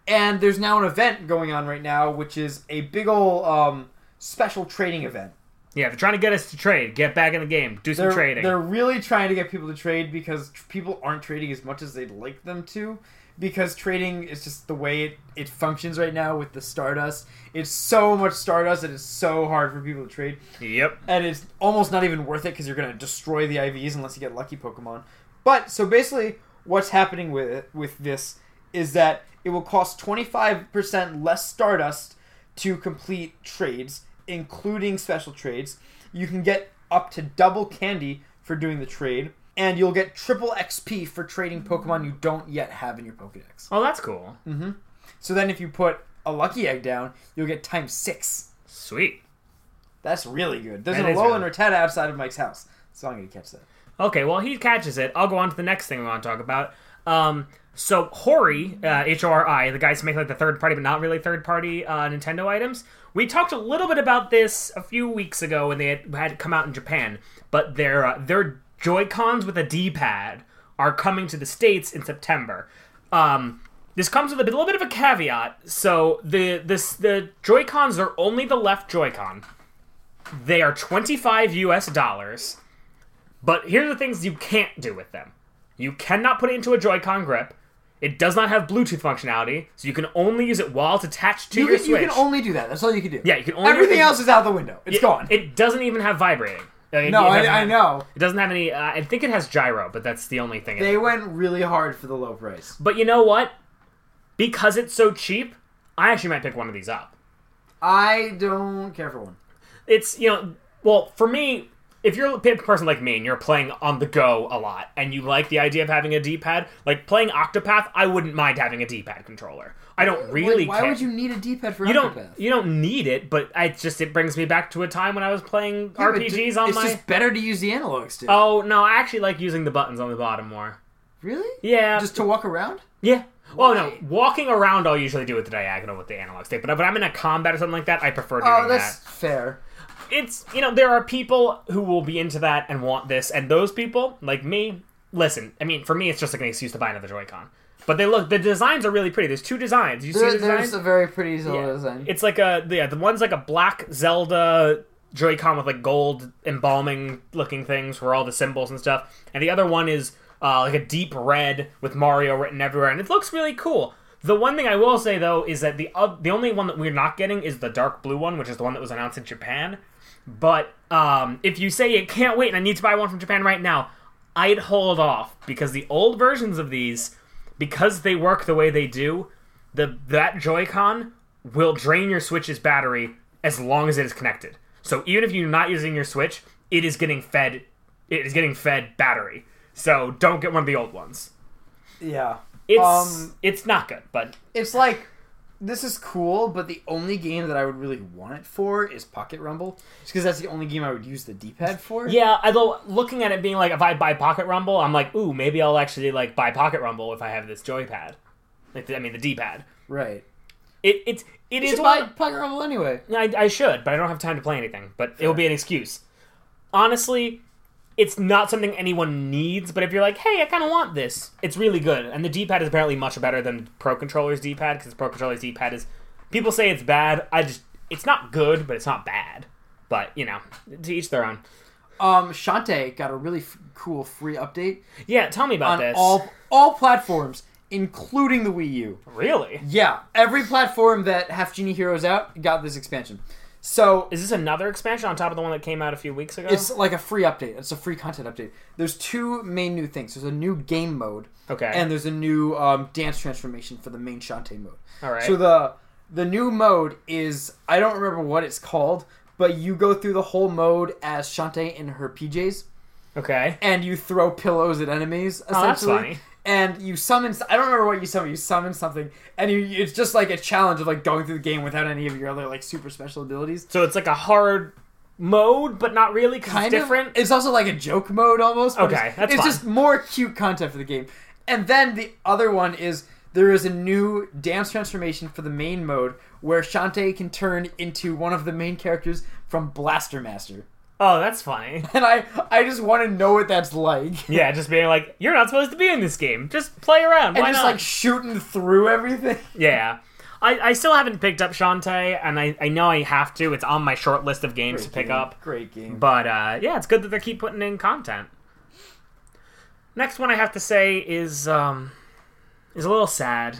S2: And there's now an event going on right now, which is a big ol' um, special trading event.
S1: Yeah, if they're trying to get us to trade, get back in the game, do some
S2: They're,
S1: trading.
S2: they're really trying to get people to trade because tr- people aren't trading as much as they'd like them to. Because trading is just the way it, it functions right now with the Stardust. It's so much Stardust that it's so hard for people to trade.
S1: Yep.
S2: and it's almost not even worth it because you're going to destroy the IVs unless you get lucky Pokemon. But so basically, what's happening with with this is that it will cost 25% less Stardust to complete trades, including special trades. You can get up to double candy for doing the trade, and you'll get triple XP for trading Pokemon you don't yet have in your Pokedex.
S1: Oh, that's cool.
S2: So then, if you put a Lucky Egg down, you'll get times six.
S1: Sweet.
S2: That's really good. There's
S1: That
S2: an
S1: is
S2: Alolan
S1: really-
S2: Rattata outside of Mike's house, so I'm gonna catch that.
S1: Okay, well, he catches it. I'll go on to the next thing we want to talk about. Um, so, Hori, uh, H O R I, the guys who make like the third party, but not really third party uh, Nintendo items. We talked a little bit about this a few weeks ago when they had, had come out in Japan, but their, uh, their Joy Cons with a D pad are coming to the States in September. Um, this comes with a bit- little bit of a caveat. So, the, this, the Joy Cons are only the left Joy Con, they are 25 US dollars. But here are the things you can't do with them. You cannot put it into a Joy-Con grip. It does not have Bluetooth functionality, so you can only use it while it's attached to
S2: You
S1: your
S2: can, you
S1: Switch.
S2: can only do that. That's all you can do.
S1: yeah, you can only
S2: Everything else is out the window. It's
S1: It,
S2: gone.
S1: It doesn't even have vibrating. Uh, it-
S2: no,
S1: it doesn't
S2: I, I
S1: have-
S2: know.
S1: It doesn't have any. Uh, I think it has gyro, but that's the only thing. it
S2: They went really hard for the low price.
S1: but you know what? Because it's so cheap, I actually might pick one of these up.
S2: I don't care for one.
S1: it's you know well for me if you're a p- person like me and you're playing on the go a lot and you like the idea of having a d-pad like playing octopath i wouldn't mind having a d-pad controller i don't really
S2: Like, why
S1: care
S2: would you need a D-pad for
S1: you don't
S2: Octopath?
S1: you don't need it but I, it's just it brings me back to a time when i was playing
S2: Yeah, but
S1: rpgs
S2: ju-
S1: on
S2: it's
S1: my
S2: just better to use the analog stick.
S1: oh no i actually like using the buttons on the bottom more
S2: really?
S1: yeah
S2: Just to walk around?
S1: yeah well no
S2: Why?
S1: walking around i'll usually do with the diagonal with the analog stick but if i'm in a combat or something like that i prefer doing
S2: Oh, that's
S1: that
S2: fair.
S1: it's you know there are people who will be into that and want this and those people like me listen i mean for me it's just like an excuse to buy another joy-con but they look the designs are really pretty there's two designs you see
S2: There-
S1: the
S2: there's
S1: designs
S2: a very pretty Zelda
S1: Yeah.
S2: design.
S1: it's like a yeah the one's like a black zelda joy-con with like gold embalming looking things where all the symbols and stuff and the other one is uh, like a deep red with mario written everywhere and it looks really cool the one thing I will say though is that the oth- the only one that we're not getting is the dark blue one, which is the one that was announced in Japan. But um, if you say you can't wait and I need to buy one from Japan right now, I'd hold off because the old versions of these, because they work the way they do, the that Joy-Con will drain your Switch's battery as long as it is connected. So even if you're not using your Switch, it is getting fed. It is getting fed battery. So don't get one of the old ones.
S2: yeah.
S1: It's
S2: Um,
S1: it's not good, but
S2: It's like this is cool, but the only game that I would really want it for is Pocket Rumble, just because that's the only game I would use the D-pad for.
S1: Yeah, although looking at it being like, if I buy Pocket Rumble, I'm like, ooh, maybe I'll actually like buy Pocket Rumble if I have this joypad. Like, the- I mean, the D-pad.
S2: right.
S1: It it's it
S2: You
S1: is
S2: should
S1: one-
S2: buy Pocket Rumble anyway.
S1: I, I should, but I don't have time to play anything. But it'll be an excuse. Honestly, it's not something anyone needs. But if you're like, hey, I kind of want this, it's really good. And the D-pad is apparently much better than Pro Controller's D-pad because Pro Controller's D-pad is. People say it's bad. I just it's not good, but it's not bad. But you know, to each their own.
S2: Um, Shantae got a really f- cool free update
S1: Yeah, tell me about
S2: on
S1: this.
S2: all all platforms, including the Wii U.
S1: really.
S2: Yeah, every platform that Half Genie Heroes out got this expansion. So
S1: Is this another expansion on top of the one that came out a few weeks ago?
S2: it's like a free update. It's a free content update. There's two main new things. There's a new game mode.
S1: okay.
S2: and there's a new um, dance transformation for the main Shantae mode.
S1: All right.
S2: So the the new mode is I don't remember what it's called, but you go through the whole mode as Shantae in her PJs,
S1: okay.
S2: and you throw pillows at enemies. Essentially.
S1: Oh, that's funny.
S2: And you summon. I don't remember what you summon. You summon something, and you, it's just like a challenge of like going through the game without any of your other like super special abilities.
S1: So it's like a hard mode, but not really because it's
S2: kind of-
S1: different.
S2: It's also like a joke mode almost. but
S1: Okay,
S2: it's,
S1: that's
S2: it's
S1: fine.
S2: just more cute content for the game. And then the other one is there is a new dance transformation for the main mode where Shantae can turn into one of the main characters from Blaster Master.
S1: Oh, that's funny.
S2: and I I just want to know what that's like.
S1: Yeah, just being like, you're not supposed to be in this game. Just play around. Why
S2: and just
S1: not?
S2: like shooting through everything.
S1: yeah. I, I still haven't picked up Shantae, and I, I know I have to. It's on my short list of games to pick up.
S2: Great game.
S1: But uh, yeah, it's good that they keep putting in content. Next one I have to say is um, is a little sad.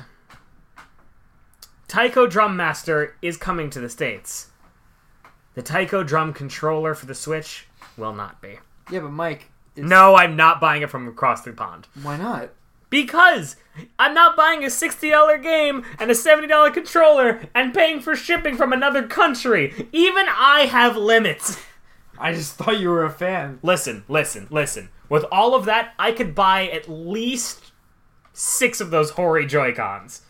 S1: Taiko Drum Master is coming to the states. The Taiko Drum controller for the Switch will not be.
S2: yeah, but Mike, it's,
S1: No, I'm not buying it from across the pond
S2: why not?
S1: because I'm not buying a sixty dollar game and a seventy dollar controller and paying for shipping from another country. Even I have limits.
S2: I just thought you were a fan.
S1: listen, listen, listen. With all of that, I could buy at least six of those hoary Joy Cons.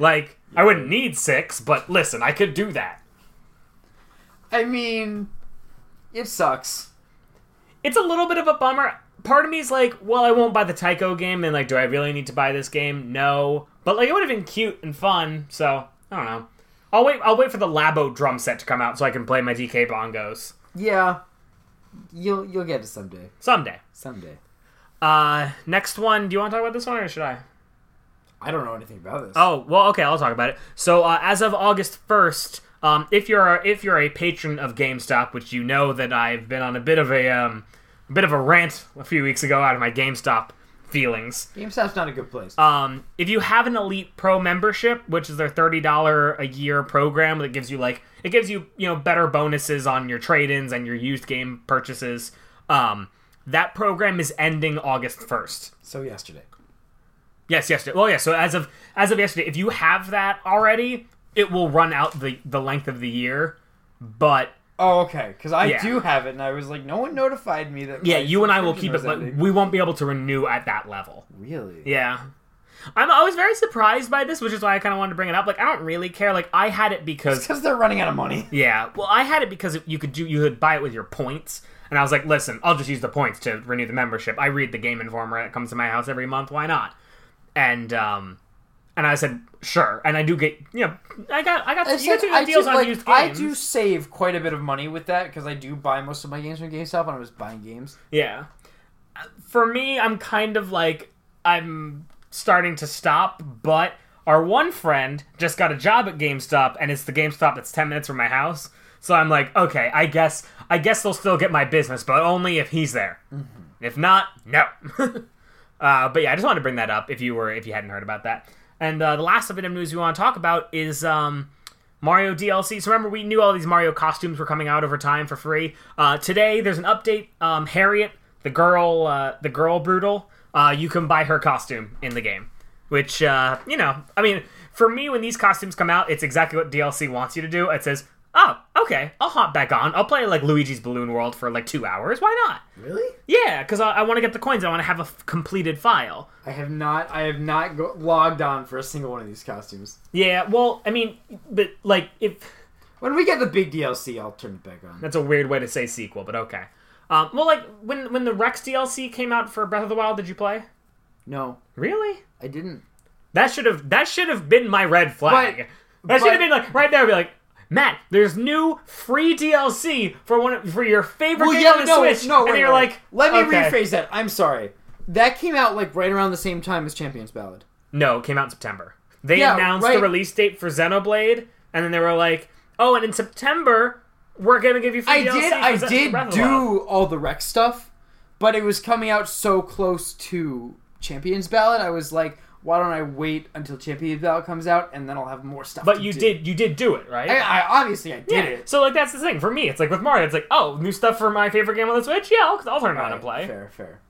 S1: like, I wouldn't need six, but listen, I could do that.
S2: I mean, it sucks.
S1: It's a little bit of a bummer. Part of me is like, well, I won't buy the Tycho game, and like, do I really need to buy this game? No. But like, it would have been cute and fun. So I don't know. I'll wait. I'll wait for the Labo drum set to come out so I can play my DK bongos
S2: Yeah, you'll you'll get it someday.
S1: someday.
S2: Someday.
S1: Uh, next one. Do you want to talk about this one, or should I?
S2: I don't know anything about this.
S1: Oh well, okay, I'll talk about it. So uh, as of August first, um, if you're a, if you're a patron of GameStop, which you know that I've been on a bit of a um, bit of a rant a few weeks ago out of my GameStop feelings.
S2: GameStop's not a good place.
S1: Um, if you have an Elite Pro membership, which is their thirty dollar a year program that gives you like it gives you you know better bonuses on your trade ins and your used game purchases. Um, that program is ending August first.
S2: so yesterday.
S1: Yes, yesterday. Well, yeah. So as of as of yesterday, if you have that already, it will run out the the length of the year. But
S2: Oh, okay. Because I
S1: Yeah.
S2: do have it, and I was like, no one notified me that.
S1: yeah,
S2: my
S1: you and I will keep
S2: subscription
S1: it,
S2: was
S1: but
S2: ending.
S1: we won't be able to renew at that level.
S2: really?
S1: Yeah. I'm I was very surprised by this, which is why I kind of wanted to bring it up. Like I don't really care. Like I had it because
S2: Because they're running out of money.
S1: yeah, well I had it because you could do you could buy it with your points, and I was like, listen, I'll just use the points to renew the membership. I read the Game Informer that comes to my house every month. Why not? And um, and I said sure, and I do get you know I got I got you get
S2: Except
S1: some
S2: I,
S1: good deals
S2: do,
S1: on
S2: like,
S1: used
S2: I
S1: games.
S2: do save quite a bit of money with that because I do buy most of my games from GameStop when I was buying games.
S1: Yeah. For me, I'm kind of like I'm starting to stop, but our one friend just got a job at GameStop and it's the GameStop that's 10 minutes from my house. So I'm like, okay, I guess I guess they'll still get my business, but only if he's there. If not, no. uh, but yeah, I just wanted to bring that up if you were if you hadn't heard about that. And uh, the last bit of news we want to talk about is um, Mario DLC. So remember, we knew all these Mario costumes were coming out over time for free. Uh, today, there's an update. Um, Harriet, the girl, uh, the girl brutal. Uh, you can buy her costume in the game, which uh, you know. I mean, for me, when these costumes come out, it's exactly what DLC wants you to do. It says, "Oh, okay, I'll hop back on. I'll play like Luigi's Balloon World for like two hours. Why not?
S2: Really?
S1: Yeah, because I, I want to get the coins. I want to have a f- completed file."
S2: I have not. I have not go- logged on for a single one of these costumes.
S1: Yeah, well, I mean, but like if.
S2: When we get the big DLC, I'll turn it back on.
S1: That's a weird way to say sequel, but okay. Um, well, like when when the Rex DLC came out for Breath of the Wild, did you play?
S2: No,
S1: Really?
S2: I didn't.
S1: That should have that should have been my red flag. that should
S2: but-
S1: have been like right there. Be like, Matt, there's new free DLC for one of- for your favorite
S2: Well,
S1: game
S2: yeah,
S1: on the
S2: no,
S1: Switch,
S2: no.
S1: and
S2: wait,
S1: you're
S2: wait.
S1: like,
S2: let me
S1: okay.
S2: rephrase that. I'm sorry. That came out like right around the same time as Champions Ballad.
S1: No, it came out in September. They
S2: Yeah,
S1: announced the
S2: right.
S1: release date for Xenoblade, and then they were like, oh, and in September we're gonna give you free
S2: I
S1: DLC.
S2: did.
S1: for
S2: I
S1: Ze-
S2: did
S1: Breath of the Wild."
S2: do all the rec stuff, but it was coming out so close to Champions Ballad. I was like, why don't I wait until Champions Ballad comes out and then I'll have more stuff.
S1: but
S2: to
S1: you
S2: do.
S1: did. You did do it, right?
S2: I, I obviously I did
S1: Yeah.
S2: it.
S1: So like that's the thing for me. It's like with Mario, it's like oh, new stuff for my favorite game on the Switch. Yeah, I'll, I'll turn it on and play.
S2: Fair, fair.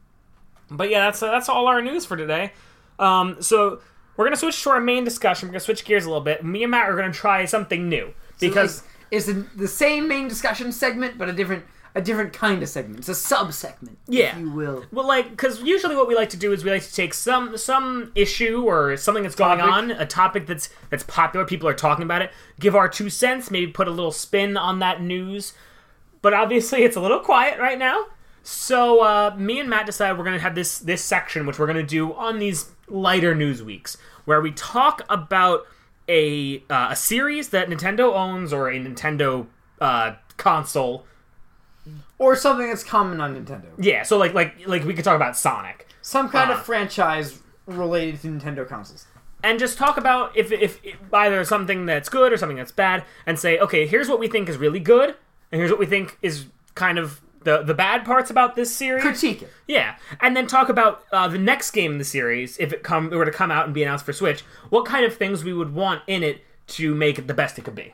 S1: But yeah, that's uh, that's all our news for today. Um, so we're gonna switch to our main discussion. We're gonna switch gears a little bit. Me and Matt are gonna try something new because
S2: Like, it's the, the same main discussion segment, but a different a different kind of segment. It's a sub segment,
S1: Yeah.
S2: if you will.
S1: Well, like, because usually what we like to do is we like to take some some issue or something that's going
S2: Topic.
S1: on, a topic that's that's popular, people are talking about it, give our two cents, maybe put a little spin on that news. But obviously, it's a little quiet right now. So uh, me and Matt decide we're gonna have this this section, which we're gonna do on these lighter news weeks, where we talk about a uh, a series that Nintendo owns or a Nintendo uh, console
S2: or something that's common on Nintendo.
S1: Yeah, so like like like we could talk about Sonic
S2: Some kind
S1: Uh.
S2: of franchise related to Nintendo consoles.
S1: and just talk about if, if if either something that's good or something that's bad and say, okay, here's what we think is really good and here's what we think is kind of the the bad parts about this series.
S2: Critique it.
S1: Yeah, and then talk about uh, the next game in the series if it come were to come out and be announced for Switch. What kind of things we would want in it to make it the best it could be?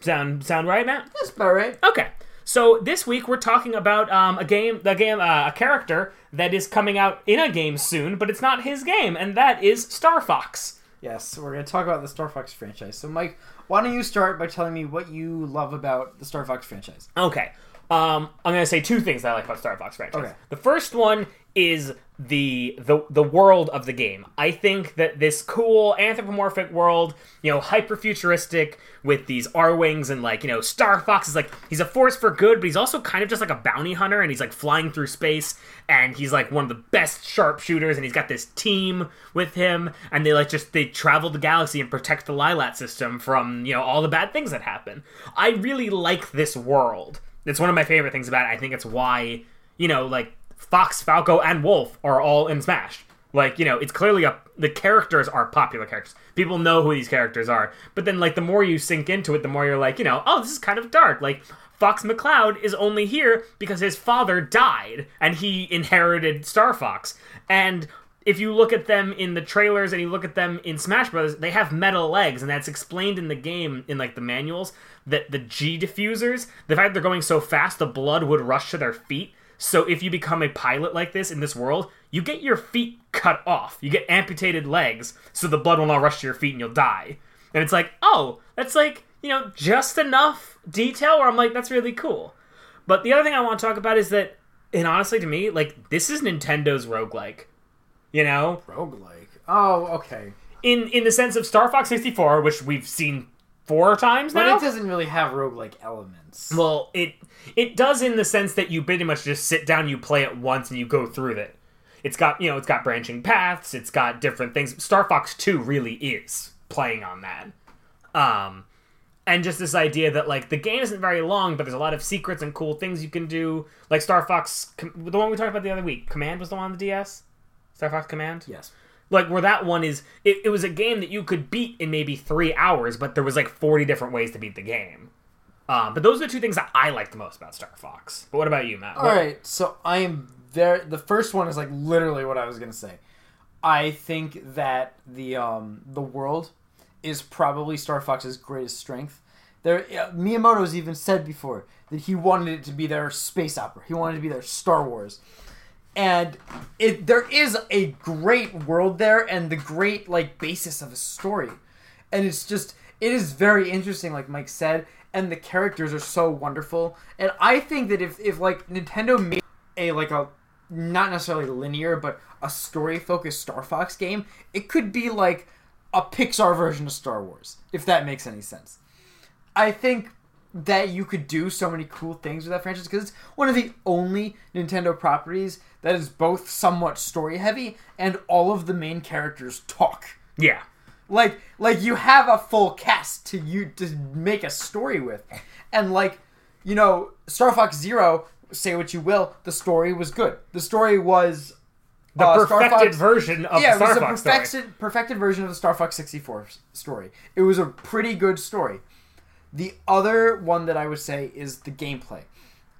S1: Sound sound right, Matt?
S2: That's about right.
S1: Okay. So this week we're talking about um, a game, the game, uh, a character that is coming out in a game soon, but it's not his game, and that is Star Fox.
S2: Yes, we're going to talk about the Star Fox franchise. So, Mike, why don't you start by telling me what you love about the Star Fox franchise?
S1: Okay. Um, I'm gonna say two things that I like about Star Fox franchise.
S2: Okay.
S1: The first one is the the the world of the game. I think that this cool anthropomorphic world, you know, hyper futuristic with these R wings and like you know Star Fox is like he's a force for good, but he's also kind of just like a bounty hunter, and he's like flying through space, and he's like one of the best sharpshooters, and he's got this team with him, and they like just they travel the galaxy and protect the Lilat system from you know all the bad things that happen. I really like this world. It's one of my favorite things about it. I think it's why, you know, like Fox, Falco, and Wolf are all in Smash. Like, you know, it's clearly a the characters are popular characters. People know who these characters are. But then like the more you sink into it, the more you're like, you know, oh, this is kind of dark. Like Fox McCloud is only here because his father died and he inherited Star Fox. And if you look at them in the trailers and you look at them in Smash Brothers, they have metal legs, and that's explained in the game in like the manuals that the G diffusers, the fact they're going so fast, the blood would rush to their feet. So if you become a pilot like this in this world, you get your feet cut off. You get amputated legs, so the blood will not rush to your feet and you'll die. And it's like, oh, that's like you know just enough detail where I'm like, that's really cool. But the other thing I want to talk about is that, and honestly, to me, like this is Nintendo's roguelike. You know,
S2: Roguelike. Oh, okay.
S1: in in the sense of Star Fox 64, which we've seen four times
S2: But
S1: now.
S2: it doesn't really have roguelike elements.
S1: well, it it does in the sense that you pretty much just sit down, you play it once, and you go through it. It's got you know, it's got branching paths, it's got different things. Star Fox 2 really is playing on that. Um, and just this idea that like the game isn't very long, but there's a lot of secrets and cool things you can do. Like Star Fox, Com- the one we talked about the other week, Command was the one on the DS. Star Fox Command.
S2: yes.
S1: like where that one is it, it was a game that you could beat in maybe three hours but there was like 40 different ways to beat the game um, but those are the two things that i like the most about star fox but what about you matt
S2: All right, so I am there. The first one is like literally what I was gonna say. I think that the um, the world is probably Star Fox's greatest strength. There, yeah, Miyamoto's even said before that he wanted it to be their space opera. He wanted it to be their Star Wars, and it there is a great world there and the great like basis of a story, and it's just it is very interesting, like Mike said, and the characters are so wonderful. And I think that if if like Nintendo made a like a not necessarily linear but a story focused Star Fox game, it could be like a Pixar version of Star Wars, if that makes any sense. I think that you could do so many cool things with that franchise because it's one of the only Nintendo properties that is both somewhat story heavy and all of the main characters talk
S1: yeah
S2: like like you have a full cast to you to make a story with and like you know star fox zero say what you will the story was good the story was
S1: the
S2: uh, Star
S1: perfected
S2: Fox-
S1: version of
S2: yeah,
S1: the star
S2: it
S1: fox
S2: was a
S1: story.
S2: perfected, perfected version of the Star Fox 64 s- story. It was a pretty good story. The other one that I would say is the gameplay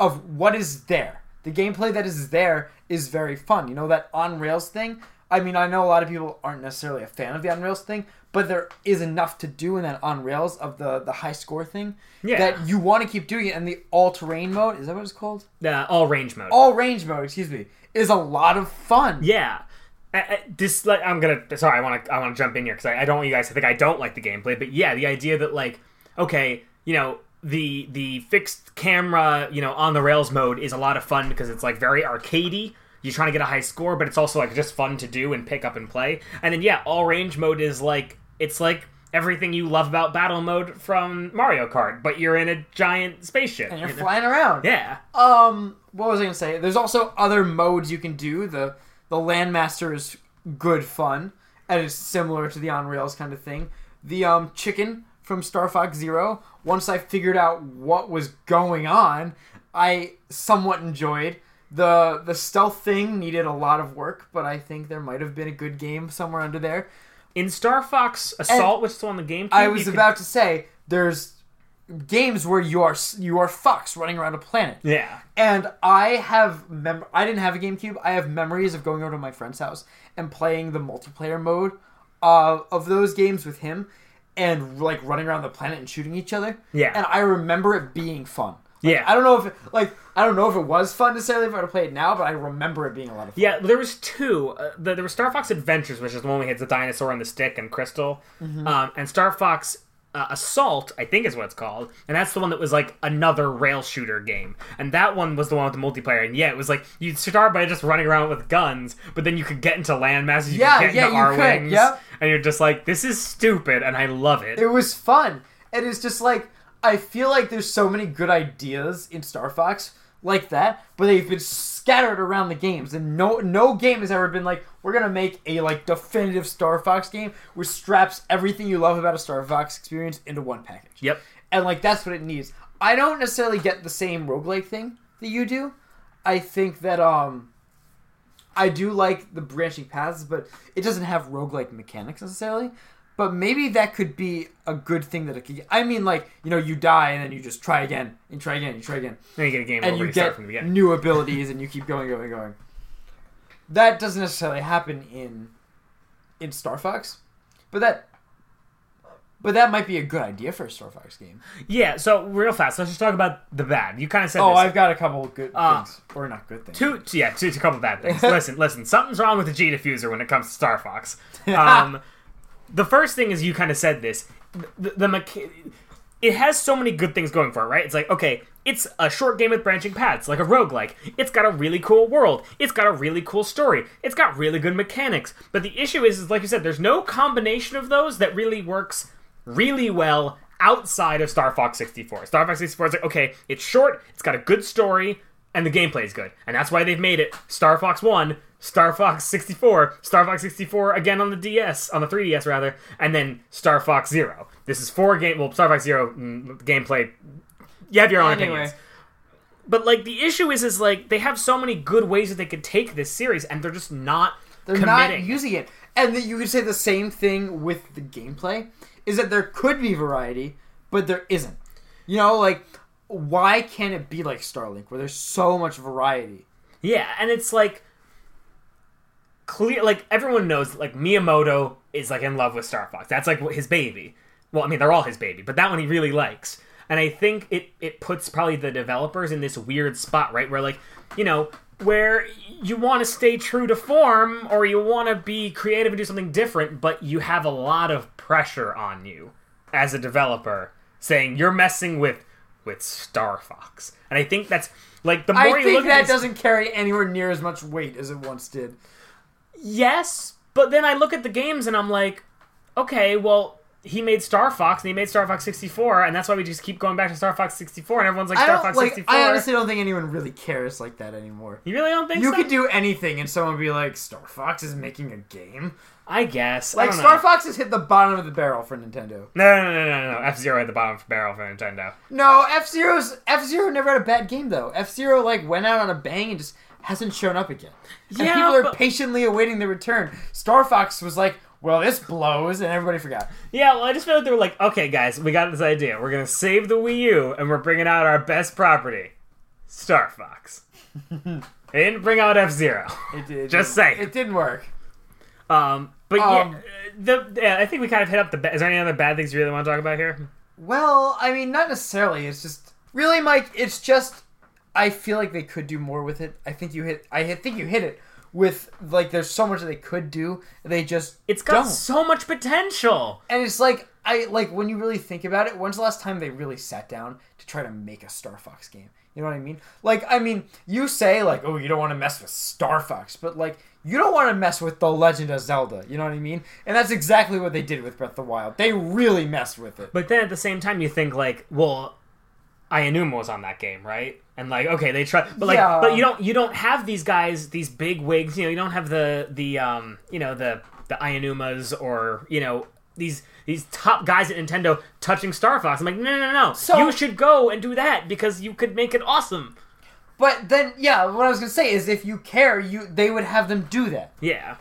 S2: of what is there. The gameplay that is there is very fun. You know, that on rails thing? I mean, I know a lot of people aren't necessarily a fan of the on rails thing, but there is enough to do in that on rails of the, the high score thing
S1: Yeah.
S2: that you want to keep doing it. And the all terrain mode, is that what it's called?
S1: Uh, all range mode
S2: All range mode, excuse me, is a lot of fun.
S1: yeah I, I, this like i'm gonna sorry i want to i want to jump in here because I, I don't want you guys to think i don't like the gameplay but yeah the idea that like okay you know the the fixed camera you know on the rails mode is a lot of fun because it's like very arcadey you're trying to get a high score but it's also like just fun to do and pick up and play and then yeah all range mode is like it's like everything you love about battle mode from mario kart but you're in a giant spaceship
S2: And you're
S1: you know?
S2: flying around.
S1: yeah
S2: Um, what was I gonna say? There's also other modes you can do. The the landmaster is good fun, and it's similar to the on rails kind of thing. The um chicken from Star Fox Zero. Once I figured out what was going on, I somewhat enjoyed. The the stealth thing needed a lot of work, but I think there might have been a good game somewhere under there.
S1: In Star Fox Assault, which is still on the GameCube,
S2: I
S1: you
S2: was
S1: could-
S2: about to say there's games where you are you are Fox running around a planet.
S1: yeah,
S2: And I have mem- I didn't have a GameCube. I have memories of going over to my friend's house and playing the multiplayer mode uh, of those games with him and like running around the planet and shooting each other.
S1: Yeah.
S2: And I remember it being fun. Like,
S1: Yeah.
S2: I don't know if it, like I don't know if it was fun necessarily if I were to play it now, but I remember it being a lot of fun.
S1: yeah. There was two. Uh, the, there was Star Fox Adventures, which is the one we had the dinosaur and the stick and Crystal,
S2: Mm-hmm.
S1: um, and Star Fox. Uh, Assault, I think is what it's called, and that's the one that was like another rail shooter game, and that one was the one with the multiplayer. And yeah, it was like you'd start by just running around with guns, but then you could get into land masses, you
S2: Yeah,
S1: could get
S2: yeah,
S1: into
S2: you
S1: our
S2: could,
S1: wings,
S2: yep.
S1: and you're just like, this is stupid, and I love it.
S2: It was fun. And it's just like I feel like there's so many good ideas in Star Fox like that, but they've been scattered around the games and no no game has ever been like we're going to make a like definitive Star Fox game which straps everything you love about a Star Fox experience into one package.
S1: Yep.
S2: And like that's what it needs. I don't necessarily get the same roguelike thing that you do. I think that um I do like the branching paths, but it doesn't have roguelike mechanics necessarily. But maybe that could be a good thing that it could I mean like, you know, you die and then you just try again and try again and try again.
S1: Then you get a game
S2: And
S1: over.
S2: you
S1: start
S2: get
S1: from the beginning.
S2: new abilities and you keep going, going, going. That doesn't necessarily happen in in Star Fox. But that but that might be a good idea for a Star Fox game.
S1: Yeah. So real fast, let's just talk about the bad. You kind of said
S2: Oh,
S1: this.
S2: I've got a couple of good
S1: Uh,
S2: things, or not good things.
S1: Two, two- yeah, two, two couple bad things. listen, listen, something's wrong with the G diffuser when it comes to Star Fox. Um, the first thing is you kind of said this. The, the mecha- it has so many good things going for it, right? It's like okay, it's a short game with branching paths, like a roguelike. It's got a really cool world. It's got a really cool story. It's got really good mechanics. But the issue is, is like you said, there's no combination of those that really works really well outside of Star Fox 64. Star Fox 64 is like, okay, it's short, it's got a good story, and the gameplay is good. And that's why they've made it Star Fox 1, Star Fox 64, Star Fox 64 again on the DS, on the 3DS rather, and then Star Fox 0. This is four game, well, Star Fox 0 mm, gameplay. You have your own
S2: Anyway.
S1: opinions. But like the issue is is like they have so many good ways that they could take this series and they're just not
S2: They're
S1: committing.
S2: not using it. And that you could say the same thing with the gameplay is that there could be variety, but there isn't. You know, like why can't it be like Starlink where there's so much variety?
S1: Yeah, and it's like clear like everyone knows that, like Miyamoto is like in love with Star Fox. That's like his baby. Well, I mean they're all his baby, but that one he really likes. And I think it it puts probably the developers in this weird spot, right? Where like, you know, where you want to stay true to form or you want to be creative and do something different, but you have a lot of pressure on you as a developer saying you're messing with with Star Fox. And I think that's like the more
S2: I
S1: you look
S2: think
S1: at
S2: that
S1: these-
S2: doesn't carry anywhere near as much weight as it once did.
S1: Yes, but then I look at the games and I'm like, okay, well, he made Star Fox and he made Star Fox 64, and that's why we just keep going back to Star Fox 64, and everyone's like,
S2: I
S1: Star
S2: don't
S1: Fox
S2: like
S1: 64.
S2: I honestly don't think anyone really cares like that anymore.
S1: you really don't think
S2: You
S1: so?
S2: could do anything and someone would be like, Star Fox is making a game.
S1: I guess. I
S2: Like
S1: don't
S2: Star
S1: know.
S2: Fox has hit the bottom of the barrel for Nintendo.
S1: No, no, no, no, no, no. F Zero at the bottom of the barrel for Nintendo.
S2: No, F Zero's F Zero never had a bad game though. F Zero like went out on a bang and just hasn't shown up again. and
S1: Yeah,
S2: people are
S1: but-
S2: patiently awaiting the return. Star Fox was like, "Well, this blows," and everybody forgot.
S1: Yeah, well, I just feel like they were like, okay, guys, we got this idea. We're going to save the Wii U, and we're bringing out our best property Star Fox. they didn't bring out F Zero.
S2: It did.
S1: Just saying.
S2: It didn't work.
S1: Um, but
S2: Um,
S1: yeah, the, yeah, I think we kind of hit up the. Ba- is there any other bad things you really want to talk about here?
S2: Well, I mean, not necessarily. It's just really, Mike. It's just I feel like they could do more with it. I think you hit. I hit- think you hit it with like. There's so much that they could do. They just
S1: It's got
S2: don't.
S1: so much potential.
S2: And it's like I like when you really think about it, when's the last time they really sat down to try to make a Star Fox game? You know what I mean? Like I mean, you say like, "Oh, you don't want to mess with Star Fox," but like you don't want to mess with The Legend of Zelda, you know what I mean? And that's exactly what they did with Breath of the Wild. They really messed with it.
S1: But then at the same time, you think like, well, Ayanuma was on that game, right? And like, okay, they try, but like,
S2: Yeah.
S1: but you don't you don't have these guys, these big wigs. You know, you don't have the the um, you know, the the Ayanumas or you know these these top guys at Nintendo touching Star Fox. I'm like, no, no, no, no.
S2: So-
S1: you should go and do that because you could make it awesome.
S2: But then, yeah, what I was gonna say is, if you care, you they would have them do that.
S1: Yeah,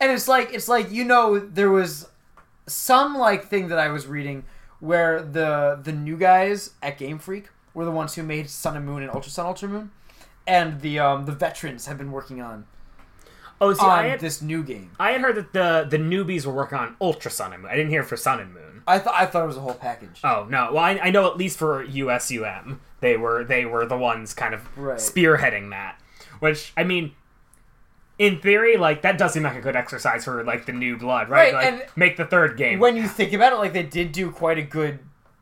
S2: And it's like it's like you know there was some like thing that I was reading where the the new guys at Game Freak were the ones who made Sun and Moon and Ultra Sun Ultra Moon, and the um the veterans have been working on
S1: Oh, see, I
S2: on
S1: had,
S2: this new game.
S1: I had heard that the the newbies were working on Ultra Sun and Moon. I didn't hear for Sun and Moon.
S2: I thought I thought it was a whole package.
S1: Oh no! Well, I, I know at least for USUM, they were they were the ones kind of
S2: Right.
S1: spearheading that. Which I mean, in theory, like that does seem like a good exercise for like the new blood, right?
S2: Right,
S1: like,
S2: and-
S1: make the third game.
S2: When you think about it, like they did do quite a good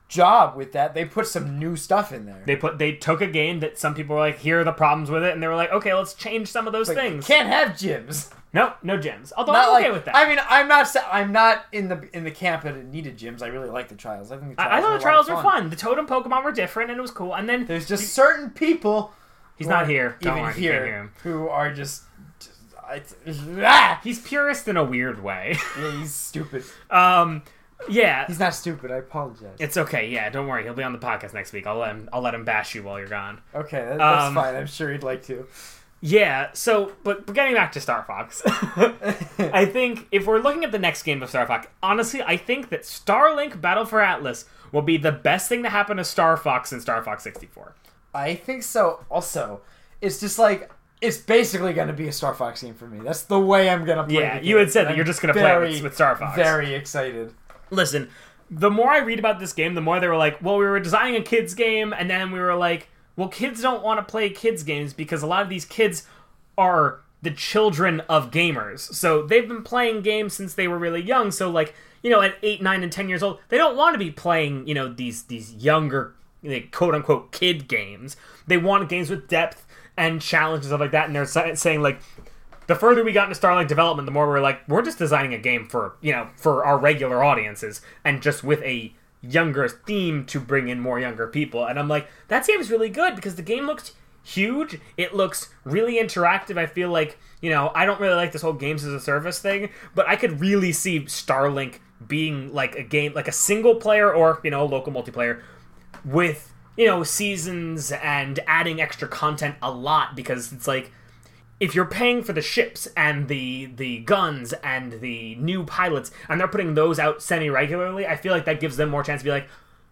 S2: job with that. They put some new stuff in there.
S1: they put they took a game that some people were like, here are the problems with it, and they were like, okay, let's change some of those
S2: Like,
S1: things.
S2: can't have gyms.
S1: No, no gems. Although
S2: Not
S1: I'm okay
S2: like,
S1: with that.
S2: I mean, I'm not. sa- I'm not in the in the camp that it needed gyms. I really like the trials. I think the trials
S1: I, I
S2: were
S1: thought
S2: a
S1: the trials
S2: lot
S1: were
S2: of
S1: fun. The totem Pokemon were different, and it was cool. And then
S2: There's just certain people.
S1: he's
S2: who
S1: not
S2: aren't
S1: here. Don't
S2: even
S1: worry, you can't hear
S2: here,
S1: him.
S2: who are just. just it's, ah!
S1: He's purist in a weird way.
S2: Yeah, he's stupid.
S1: um, yeah,
S2: He's not stupid. I apologize.
S1: It's okay. Yeah, don't worry. He'll be on the podcast next week. I'll let him. I'll let him bash you while you're gone.
S2: okay, that, that's
S1: um,
S2: fine. I'm sure he'd like to.
S1: Yeah. So, but, but getting back to Star Fox, I think if we're looking at the next game of Star Fox, honestly, I think that Starlink Battle for Atlas will be the best thing to happen to Star Fox in Star Fox 64.
S2: I think so. Also, it's just like it's basically going to be a Star Fox game for me. That's the way I'm going to play.
S1: Yeah,
S2: the
S1: you had
S2: game.
S1: said that
S2: I'm
S1: you're just gonna play it with-
S2: very,
S1: with Star Fox.
S2: Very excited.
S1: Listen, the more I read about this game, the more they were like, well, we were designing a kids game, and then we were like, well, kids don't want to play kids games because a lot of these kids are the children of gamers. So they've been playing games since they were really young. So like, you know, at eight, nine, and ten years old, they don't want to be playing, you know, these these younger like, quote unquote kid games. They want games with depth and challenge and stuff like that. And they're sa- saying like, the further we got into Starlink development, the more we are like, we're just designing a game for you know for our regular audiences, and just with a younger theme to bring in more younger people. And I'm like, that seems really good because the game looks huge. It looks really interactive. I feel like you know I don't really like this whole games as a service thing, but I could really see Starlink being like a game, like a single player or you know local multiplayer with you know seasons and adding extra content a lot because it's like if you're paying for the ships and the the guns and the new pilots and they're putting those out semi regularly, I feel like that gives them more chance to be like,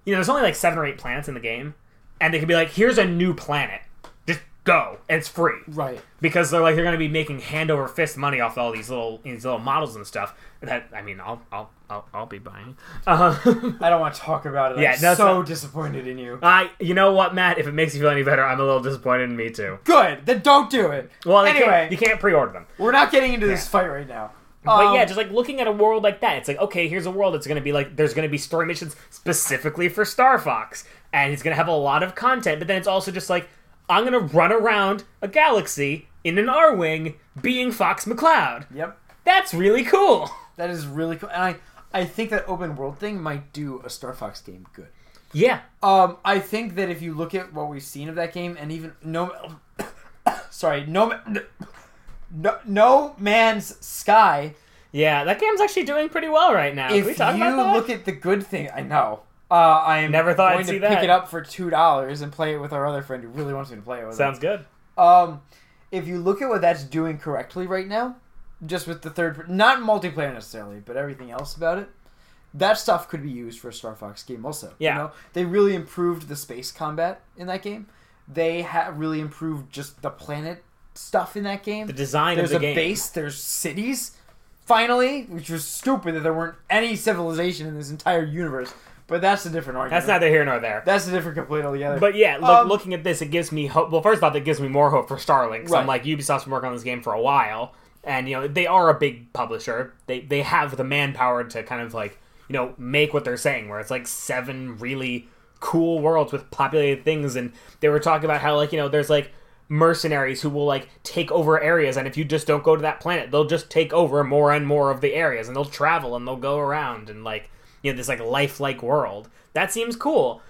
S1: you know, there's only like seven or eight planets in the game, and they could be like, here's a new planet, just go, and it's free,
S2: Right.
S1: Because they're like they're going to be making hand over fist money off all these little these little models and stuff. That I mean, I'll I'll I'll, I'll be buying. Uh,
S2: I don't want to talk about it.
S1: Yeah,
S2: I'm
S1: no, it's
S2: so
S1: not-
S2: disappointed in you.
S1: I you know what, Matt? If it makes you feel any better, I'm a little disappointed in me too.
S2: Good. Then don't do it.
S1: Well, they can't-
S2: anyway,
S1: you can't pre-order them.
S2: we're not getting into this fight right now.
S1: But
S2: Um,
S1: yeah, just like looking at a world like that, it's like, okay, here's a world. It's going to be like, there's going to be story missions specifically for Star Fox, and it's going to have a lot of content. But then it's also just like, I'm going to run around a galaxy in an R Wing being Fox McCloud.
S2: Yep.
S1: That's really cool.
S2: That is really cool. And I, I think that open world thing might do a Star Fox game good.
S1: Yeah.
S2: Um, I think that if you look at what we've seen of that game, and even no, sorry, no, Ma- no, no man's sky.
S1: Yeah, that game's actually doing pretty well right now. Can
S2: If
S1: we
S2: you
S1: talk about that?
S2: look at the good thing, I know. Uh, I am
S1: Never thought I'd
S2: going to
S1: see
S2: pick
S1: that.
S2: it up for two dollars and play it with our other friend who really wants me to play it with. him.
S1: Sounds good.
S2: Um, if you look at what that's doing correctly right now, just with the third, per- not multiplayer necessarily, but everything else about it, that stuff could be used for a Star Fox game also.
S1: Yeah.
S2: You know, they really improved the space combat in that game. They ha- really improved just the planet stuff in that game.
S1: The design
S2: there's
S1: of the
S2: a
S1: game.
S2: base. There's cities. Finally, which was stupid that there weren't any civilization in this entire universe, but that's a different argument.
S1: That's neither here nor there.
S2: That's a different complaint altogether.
S1: But yeah, look,
S2: Um,
S1: looking at this, it gives me hope. Well, first off, it gives me more hope for Starlink. 'cause I'm like,
S2: Right.
S1: Ubisoft's been working on this game for a while, and you know they are a big publisher. They they have the manpower to kind of like you know make what they're saying, where it's like seven really cool worlds with populated things, and they were talking about how like you know there's like mercenaries who will like take over areas and if you just don't go to that planet they'll just take over more and more of the areas and they'll travel and they'll go around and like you know this like lifelike world that seems cool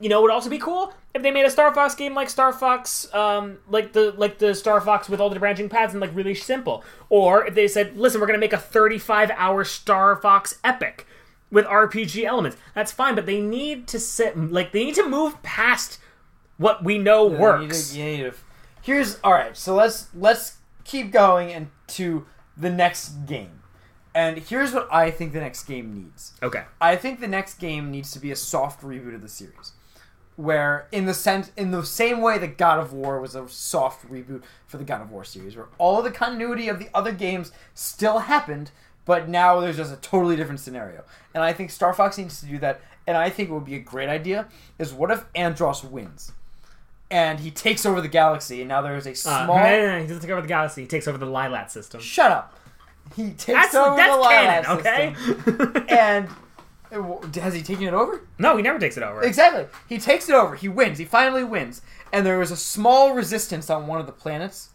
S1: you know, it would also be cool if they made a Star Fox game like Star Fox, um, like the like the Star Fox with all the branching paths and like really simple. Or if they said, listen, we're gonna make a 35 hour Star Fox epic. with RPG elements. That's fine, but they need to sit like they need to move past what we know works.
S2: You need to- you need to- here's all right. So let's let's keep going and to the next game. And here's what I think the next game needs.
S1: Okay.
S2: I think the next game needs to be a soft reboot of the series, where in the sense in the same way that God of War was a soft reboot for the God of War series, where all the continuity of the other games still happened, but now there's just a totally different scenario. And I think Star Fox needs to do that. And I think it would be a great idea. Is what if Andros wins, and he takes over the galaxy, and now there is a
S1: Uh,
S2: small.
S1: no, no, no, he doesn't take over the galaxy. He takes over the Lilat system.
S2: Shut up. He takes
S1: That's
S2: over the
S1: that's
S2: Lilac
S1: canon, okay?
S2: system, and uh, has he taken it over?
S1: no, he never takes it over.
S2: Exactly. He takes it over. He wins. He finally wins. And there was a small resistance on one of the planets,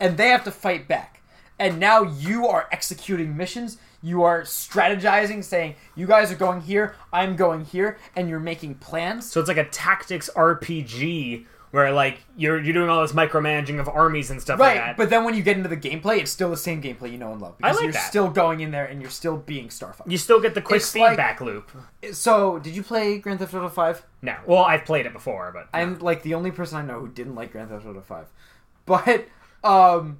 S2: and they have to fight back. And now you are executing missions. You are strategizing, saying, you guys are going here, I'm going here, and you're making plans.
S1: So it's like a tactics RPG where like you're you're doing all this micromanaging of armies and stuff
S2: Right,
S1: like that.
S2: but then when you get into the gameplay, it's still the same gameplay you know and love. Because
S1: like
S2: you're
S1: that.
S2: still going in there and you're still being Starfox.
S1: you still get the quick
S2: It's like-
S1: feedback loop.
S2: So, did you play Grand Theft Auto 5?
S1: No, well I've played it before, but
S2: I'm like the only person I know who didn't like Grand Theft Auto Five, but um,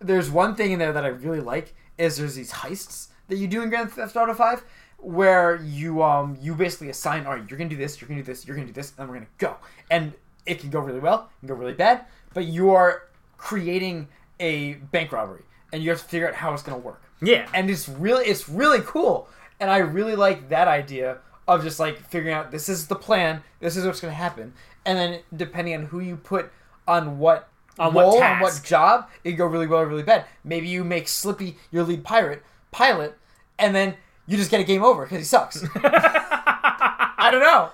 S2: there's one thing in there that I really like is there's these heists that you do in Grand Theft Auto Five where you um you basically assign all right you're gonna do this you're gonna do this you're gonna do this and we're gonna go and it can go really well it can go really bad but you are creating a bank robbery and you have to figure out how it's gonna work
S1: yeah.
S2: and it's really it's really cool and i really like that idea of just like figuring out this is the plan this is what's going to happen and then depending on who you put on what
S1: On what
S2: role, on what
S1: task.
S2: job it can go really well or really bad maybe you make slippy your lead pirate pilot and then you just get a game over because he sucks i don't know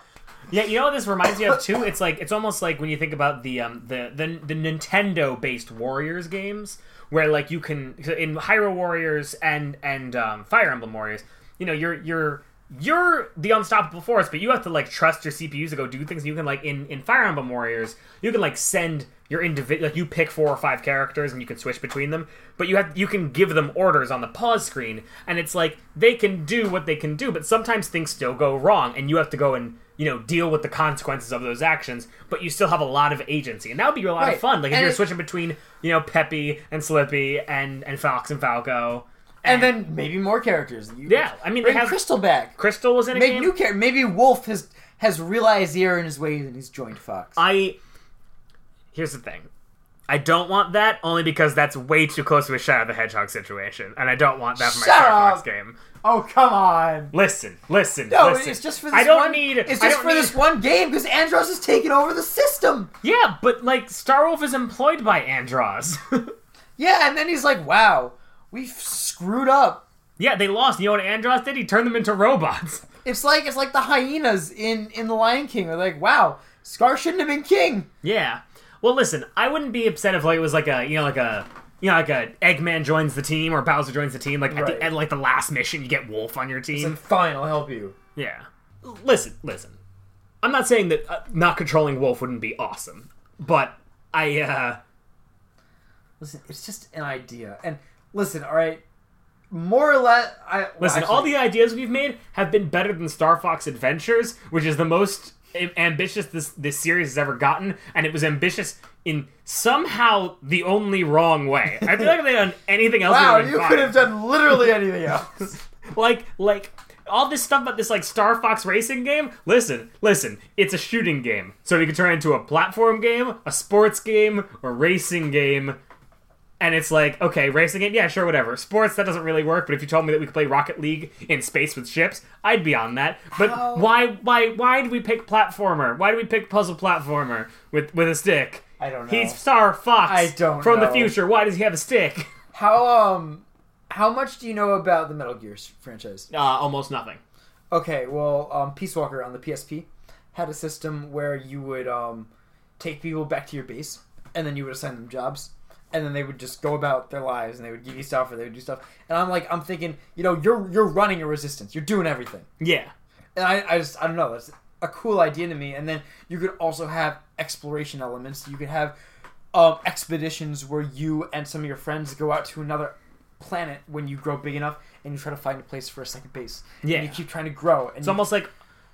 S1: Yeah, you know what this reminds me of too. It's like it's almost like when you think about the um the the, the Nintendo based Warriors games, where like you can in Hyrule Warriors and and um, Fire Emblem Warriors, you know you're you're you're the unstoppable force, but you have to like trust your CPUs to go do things. You can like in in Fire Emblem Warriors, you can like send your individual like you pick four or five characters and you can switch between them, but you have you can give them orders on the pause screen, and it's like they can do what they can do, but sometimes things still go wrong, and you have to go and you know, deal with the consequences of those actions, but you still have a lot of agency, and that would be a lot
S2: Right.
S1: of fun. Like if
S2: And
S1: you're
S2: it-
S1: switching between, you know, Peppy and Slippy and and Fox and Falco,
S2: and then maybe more characters You-
S1: Yeah, I mean, they
S2: bring
S1: have-
S2: crystal back
S1: Crystal was in a
S2: make
S1: game.
S2: new character maybe wolf has has realized the error in his ways and he's joined fox
S1: I here's the thing, I don't want that only because that's way too close to a Shadow the Hedgehog situation, and I don't want that for my
S2: Shut
S1: Star Fox
S2: up.
S1: game.
S2: oh come on
S1: Listen, listen,
S2: No,
S1: listen.
S2: it's just for this
S1: I don't
S2: one.
S1: need.
S2: It's
S1: I
S2: just
S1: don't
S2: for
S1: need-
S2: this one game because Andros is taking over the system.
S1: Yeah, but like Starwolf is employed by Andros.
S2: Yeah, and then he's like, "Wow, we've screwed up."
S1: yeah, they lost. You know what Andros did? He turned them into robots.
S2: It's like it's like the hyenas in in the Lion King. They're like, "Wow, Scar shouldn't have been king."
S1: Yeah. Well, listen, I wouldn't be upset if like it was like a you know like a you know like a Eggman joins the team or Bowser joins the team. Like at
S2: Right.
S1: the end, like the last mission, you get Wolf on your
S2: He's
S1: team.
S2: like, "Fine, I'll help you."
S1: yeah. Listen, listen. I'm not saying that uh, not controlling Wolf wouldn't be awesome, but I uh
S2: Listen, it's just an idea, and listen, all right, more or less, I well,
S1: listen.
S2: actually-
S1: all the ideas we've made have been better than Star Fox Adventures, which is the most am- ambitious this this series has ever gotten, and it was ambitious in somehow the only wrong way. I feel like if they'd done anything else. we
S2: wow,
S1: would've
S2: you
S1: gotten-
S2: could have done literally anything else.
S1: like like all this stuff about this like Star Fox racing game. Listen, listen, it's a shooting game, so you can turn it into a platform game, a sports game, a racing game. And it's like, okay, racing game, yeah, sure, whatever. Sports, that doesn't really work. But if you told me that we could play Rocket League in space with ships, I'd be on that. But
S2: How-
S1: why, why, why did we pick platformer? Why do we pick puzzle platformer with with a stick?
S2: I don't know.
S1: He's Star Fox.
S2: I don't
S1: from the
S2: know.
S1: future. Why does he have a stick?
S2: how um, how much do you know about the Metal Gear franchise?
S1: Uh, almost nothing.
S2: Okay, well, um, Peace Walker on the PSP had a system where you would um, take people back to your base, and then you would assign them jobs, and then they would just go about their lives, and they would give you stuff, or they would do stuff. And I'm like, I'm thinking, you know, you're you're running a resistance, you're doing everything,
S1: Yeah.
S2: and I, I just I don't know, that's a cool idea to me. And then you could also have exploration elements. You could have um, expeditions where you and some of your friends go out to another planet when you grow big enough and you try to find a place for a second base.
S1: Yeah.
S2: And you keep trying to grow and
S1: It's almost like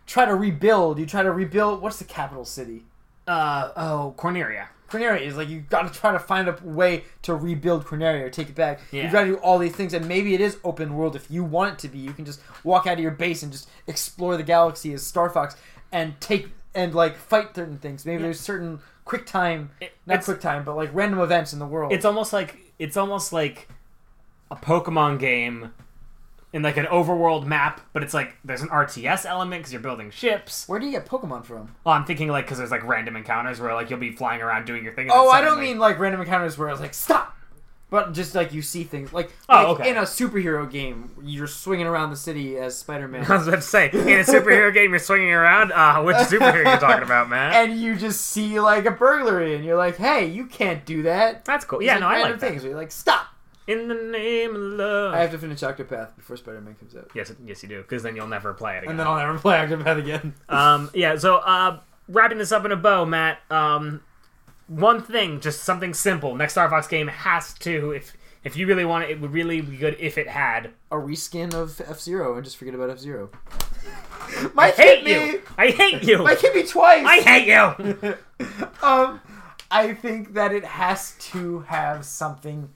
S2: try to rebuild. You try to rebuild. What's the capital city?
S1: uh oh Corneria.
S2: Corneria is like you got to try to find a way to rebuild Corneria or take it back.
S1: Yeah.
S2: You got to do all these things, and maybe it is open world if you want it to be. You can just walk out of your base and just explore the galaxy as Star Fox and take and like fight certain things. Maybe there's certain quick time,
S1: It-
S2: not
S1: it's-
S2: quick time, but like random events in the world.
S1: It's almost like it's almost like a Pokemon game in like an overworld map, but it's like there's an RTS element because you're building ships.
S2: Where do you get Pokemon from?
S1: Well, I'm thinking like because there's like random encounters where like you'll be flying around doing your thing. and
S2: Oh,
S1: then
S2: I don't
S1: suddenly-
S2: mean like random encounters where I was like stop, but just like you see things like,
S1: Oh,
S2: like
S1: okay.
S2: in a superhero game, you're swinging around the city as Spider Man.
S1: I was about to say in a superhero game you're swinging around. Uh, which superhero you talking about, man?
S2: and you just see like a burglary and you're like, hey, you can't do that.
S1: That's cool. Yeah,
S2: It's
S1: no, I
S2: random
S1: like that.
S2: things. Where you're like, stop.
S1: In the name of
S2: I
S1: love.
S2: have to finish Octopath before Spider Man comes out.
S1: Yes, yes, you do. Because then you'll never play it again.
S2: And then I'll never play Octopath again.
S1: Um, yeah, so uh, wrapping this up in a bow, Matt. Um, one thing, just something simple. Next Star Fox game has to, if if you really want it, it would really be good if it had.
S2: A reskin of F Zero and just forget about F Zero.
S1: I
S2: Mike
S1: hate
S2: hit me.
S1: you. I hate you.
S2: Mike hit me twice.
S1: I hate you.
S2: um, I think that it has to have something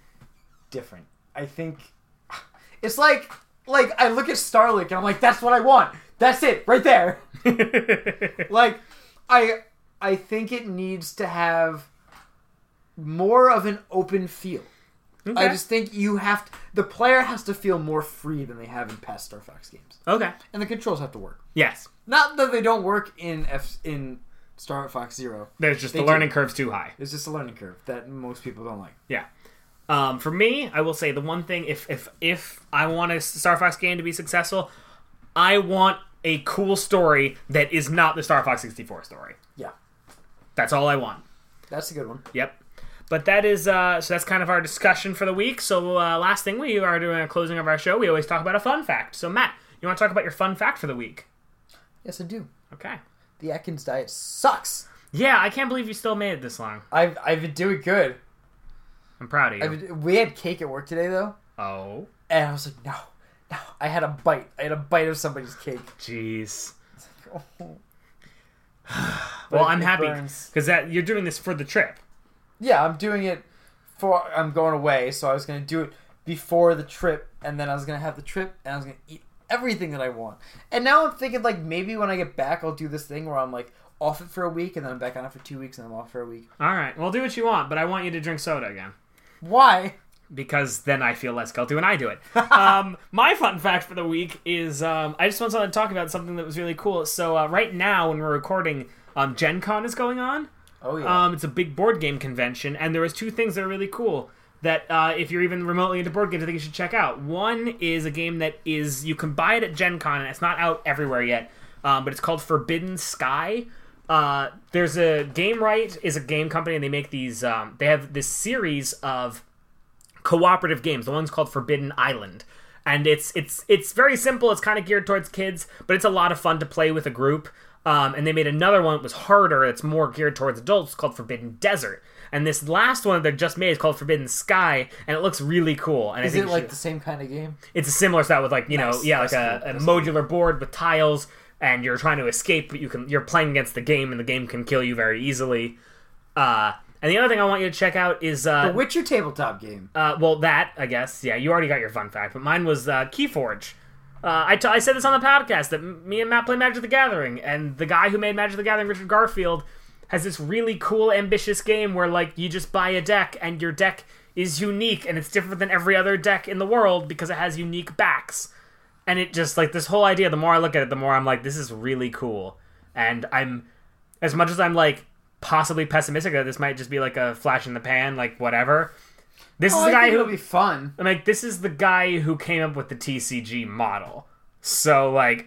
S2: different. I think it's like like I look at Starlink and I'm like, that's what I want. That's it, right there. like i i think it needs to have more of an open feel i
S1: Okay.
S2: just think you have to, the player has to feel more free than they have in past star fox games
S1: okay.
S2: and the controls have to work
S1: Yes.
S2: not that they don't work in f in star fox zero
S1: There's just
S2: They
S1: the
S2: do.
S1: learning curve's too high.
S2: it's just a learning curve that most people don't like
S1: Yeah. Um, for me, I will say the one thing if if if I want a Star Fox game to be successful, I want a cool story that is not the Star Fox 64 story.
S2: yeah
S1: That's all I want.
S2: that's a good one
S1: Yep. But that is uh, so. That's kind of our discussion for the week. So uh, last thing we are doing a closing of our show. We always talk about a fun fact. So Matt, you want to talk about your fun fact for the week?
S2: yes i do
S1: Okay.
S2: the atkins diet sucks
S1: Yeah, I can't believe you still made it this long.
S2: i've i've been doing good
S1: I'm proud of you.
S2: I've been, we had cake at work today though
S1: Oh,
S2: and i was like no no i had a bite i had a bite of somebody's cake
S1: jeez.
S2: But
S1: Well, I'm
S2: it
S1: happy
S2: burns.
S1: because that you're doing this for the trip.
S2: Yeah, I'm doing it for I'm going away, so I was gonna do it before the trip, and then I was gonna have the trip, and I was gonna eat everything that I want. And now I'm thinking like maybe when I get back, I'll do this thing where I'm like off it for a week, and then I'm back on it for two weeks, and I'm off for a week.
S1: All right. Well, do what you want, but I want you to drink soda again.
S2: Why?
S1: because then I feel less guilty when I do it. um, my fun fact for the week is um, I just wanted to talk about something that was really cool. So uh, right now when we're recording, um, Gen Con is going on.
S2: Oh yeah.
S1: Um, it's a big board game convention, and there was two things that are really cool that uh, if you're even remotely into board games, I think you should check out. One is a game that is you can buy it at Gen Con, and it's not out everywhere yet, um, but it's called Forbidden Sky. Uh, there's a Game Right is a game company, and they make these. Um, they have this series of cooperative games. The one's called Forbidden Island. And it's it's it's very simple. It's kind of geared towards kids, but it's a lot of fun to play with a group. Um, and they made another one that was harder. It's more geared towards adults, called Forbidden Desert. And this last one that they just made is called Forbidden Sky, and it looks really cool. And I
S2: is
S1: think
S2: it
S1: you
S2: like
S1: should-
S2: the same kind of game?
S1: it's a similar style with like you know
S2: Nice.
S1: yeah like
S2: That's
S1: a,
S2: cool.
S1: a
S2: That's
S1: modular board with tiles and you're trying to escape but you can you're playing against the game and the game can kill you very easily uh and the other thing i want you to check out is uh
S2: The Witcher tabletop game.
S1: uh, well, that I guess. Yeah, you already got your fun fact, but mine was uh, Keyforge. Uh, I, t- I said this on the podcast that m- me and Matt play Magic the Gathering, and the guy who made Magic the Gathering, Richard Garfield, has this really cool, ambitious game where like you just buy a deck, and your deck is unique, and it's different than every other deck in the world because it has unique backs. And it just like this whole idea. The more I look at it, the more I'm like, this is really cool. And I'm as much as I'm like possibly pessimistic that this might just be like a flash in the pan, like whatever. This
S2: Oh,
S1: is the
S2: I
S1: guy
S2: think
S1: who
S2: it'll be fun.
S1: I'm like, this is the guy who came up with the TCG model. So, like,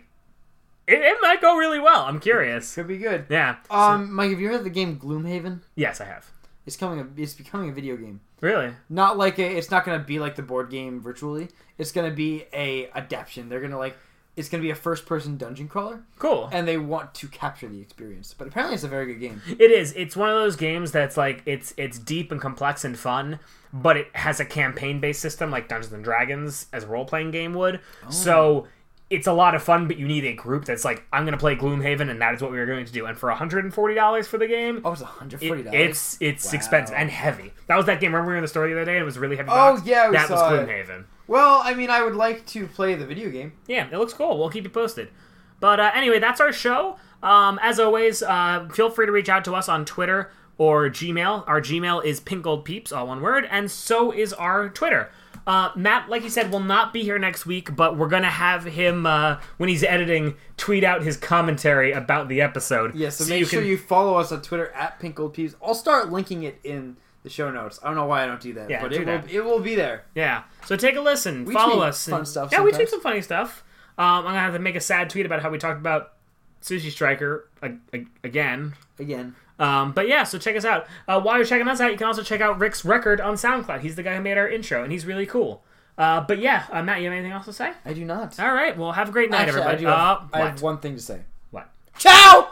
S1: it, it might go really well. I'm curious.
S2: Could be good.
S1: Yeah.
S2: Um, Mike, have you heard of the game Gloomhaven?
S1: Yes, I have.
S2: It's coming. A, it's becoming a video game.
S1: Really?
S2: not like a, it's not gonna be like the board game virtually. It's gonna be a adaptation. They're gonna like It's going to be a first-person dungeon crawler,
S1: Cool.
S2: and they want to capture the experience. But apparently, it's a very good game.
S1: It is. It's one of those games that's like it's it's deep and complex and fun, but it has a campaign based system like Dungeons and Dragons as a role playing game would.
S2: Oh.
S1: So it's a lot of fun, but you need a group that's like, I'm gonna play Gloomhaven and that is what we are going to do. And for $140 for the game,
S2: Oh, it's one hundred
S1: it-
S2: forty dollars.
S1: it's it's expensive and heavy. That was that game. Remember we were in the store the other day and it was really heavy.
S2: Oh,
S1: box?
S2: yeah, we
S1: that
S2: saw
S1: was
S2: it.
S1: Gloomhaven.
S2: well, I mean, I would like to play the video game.
S1: yeah, it looks cool. We'll keep you posted. But uh, anyway, that's our show. Um, as always, uh, feel free to reach out to us on Twitter or Gmail. Our Gmail is pinkgoldpeeps, all one word, and so is our Twitter. Uh, Matt, like you said, will not be here next week, but we're gonna have him uh, when he's editing tweet out his commentary about the episode.
S2: Yeah, so, make sure
S1: can-
S2: you follow us on Twitter at Pink Old Peeves. I'll start linking it in the show notes. I don't know why I don't do that,
S1: Yeah,
S2: but
S1: do
S2: it
S1: that.
S2: will it will be there.
S1: Yeah. So take a listen.
S2: We
S1: follow
S2: tweet
S1: us.
S2: fun stuff
S1: Yeah, we tweet
S2: sometimes.
S1: some funny stuff. Um, I'm gonna have to make a sad tweet about how we talked about Sushi Striker ag- ag- again.
S2: Again.
S1: Um, but yeah, so check us out. Uh, while you're checking us out, you can also check out Rick's record on SoundCloud. He's the guy who made our intro, and he's really cool. Uh, but yeah, uh, Matt, you have anything else to say?
S2: I do not.
S1: All right, well, have a great night,
S2: Actually, I
S1: everybody.
S2: do have-
S1: uh,
S2: I
S1: what?
S2: have one thing to say.
S1: what?
S2: Ciao!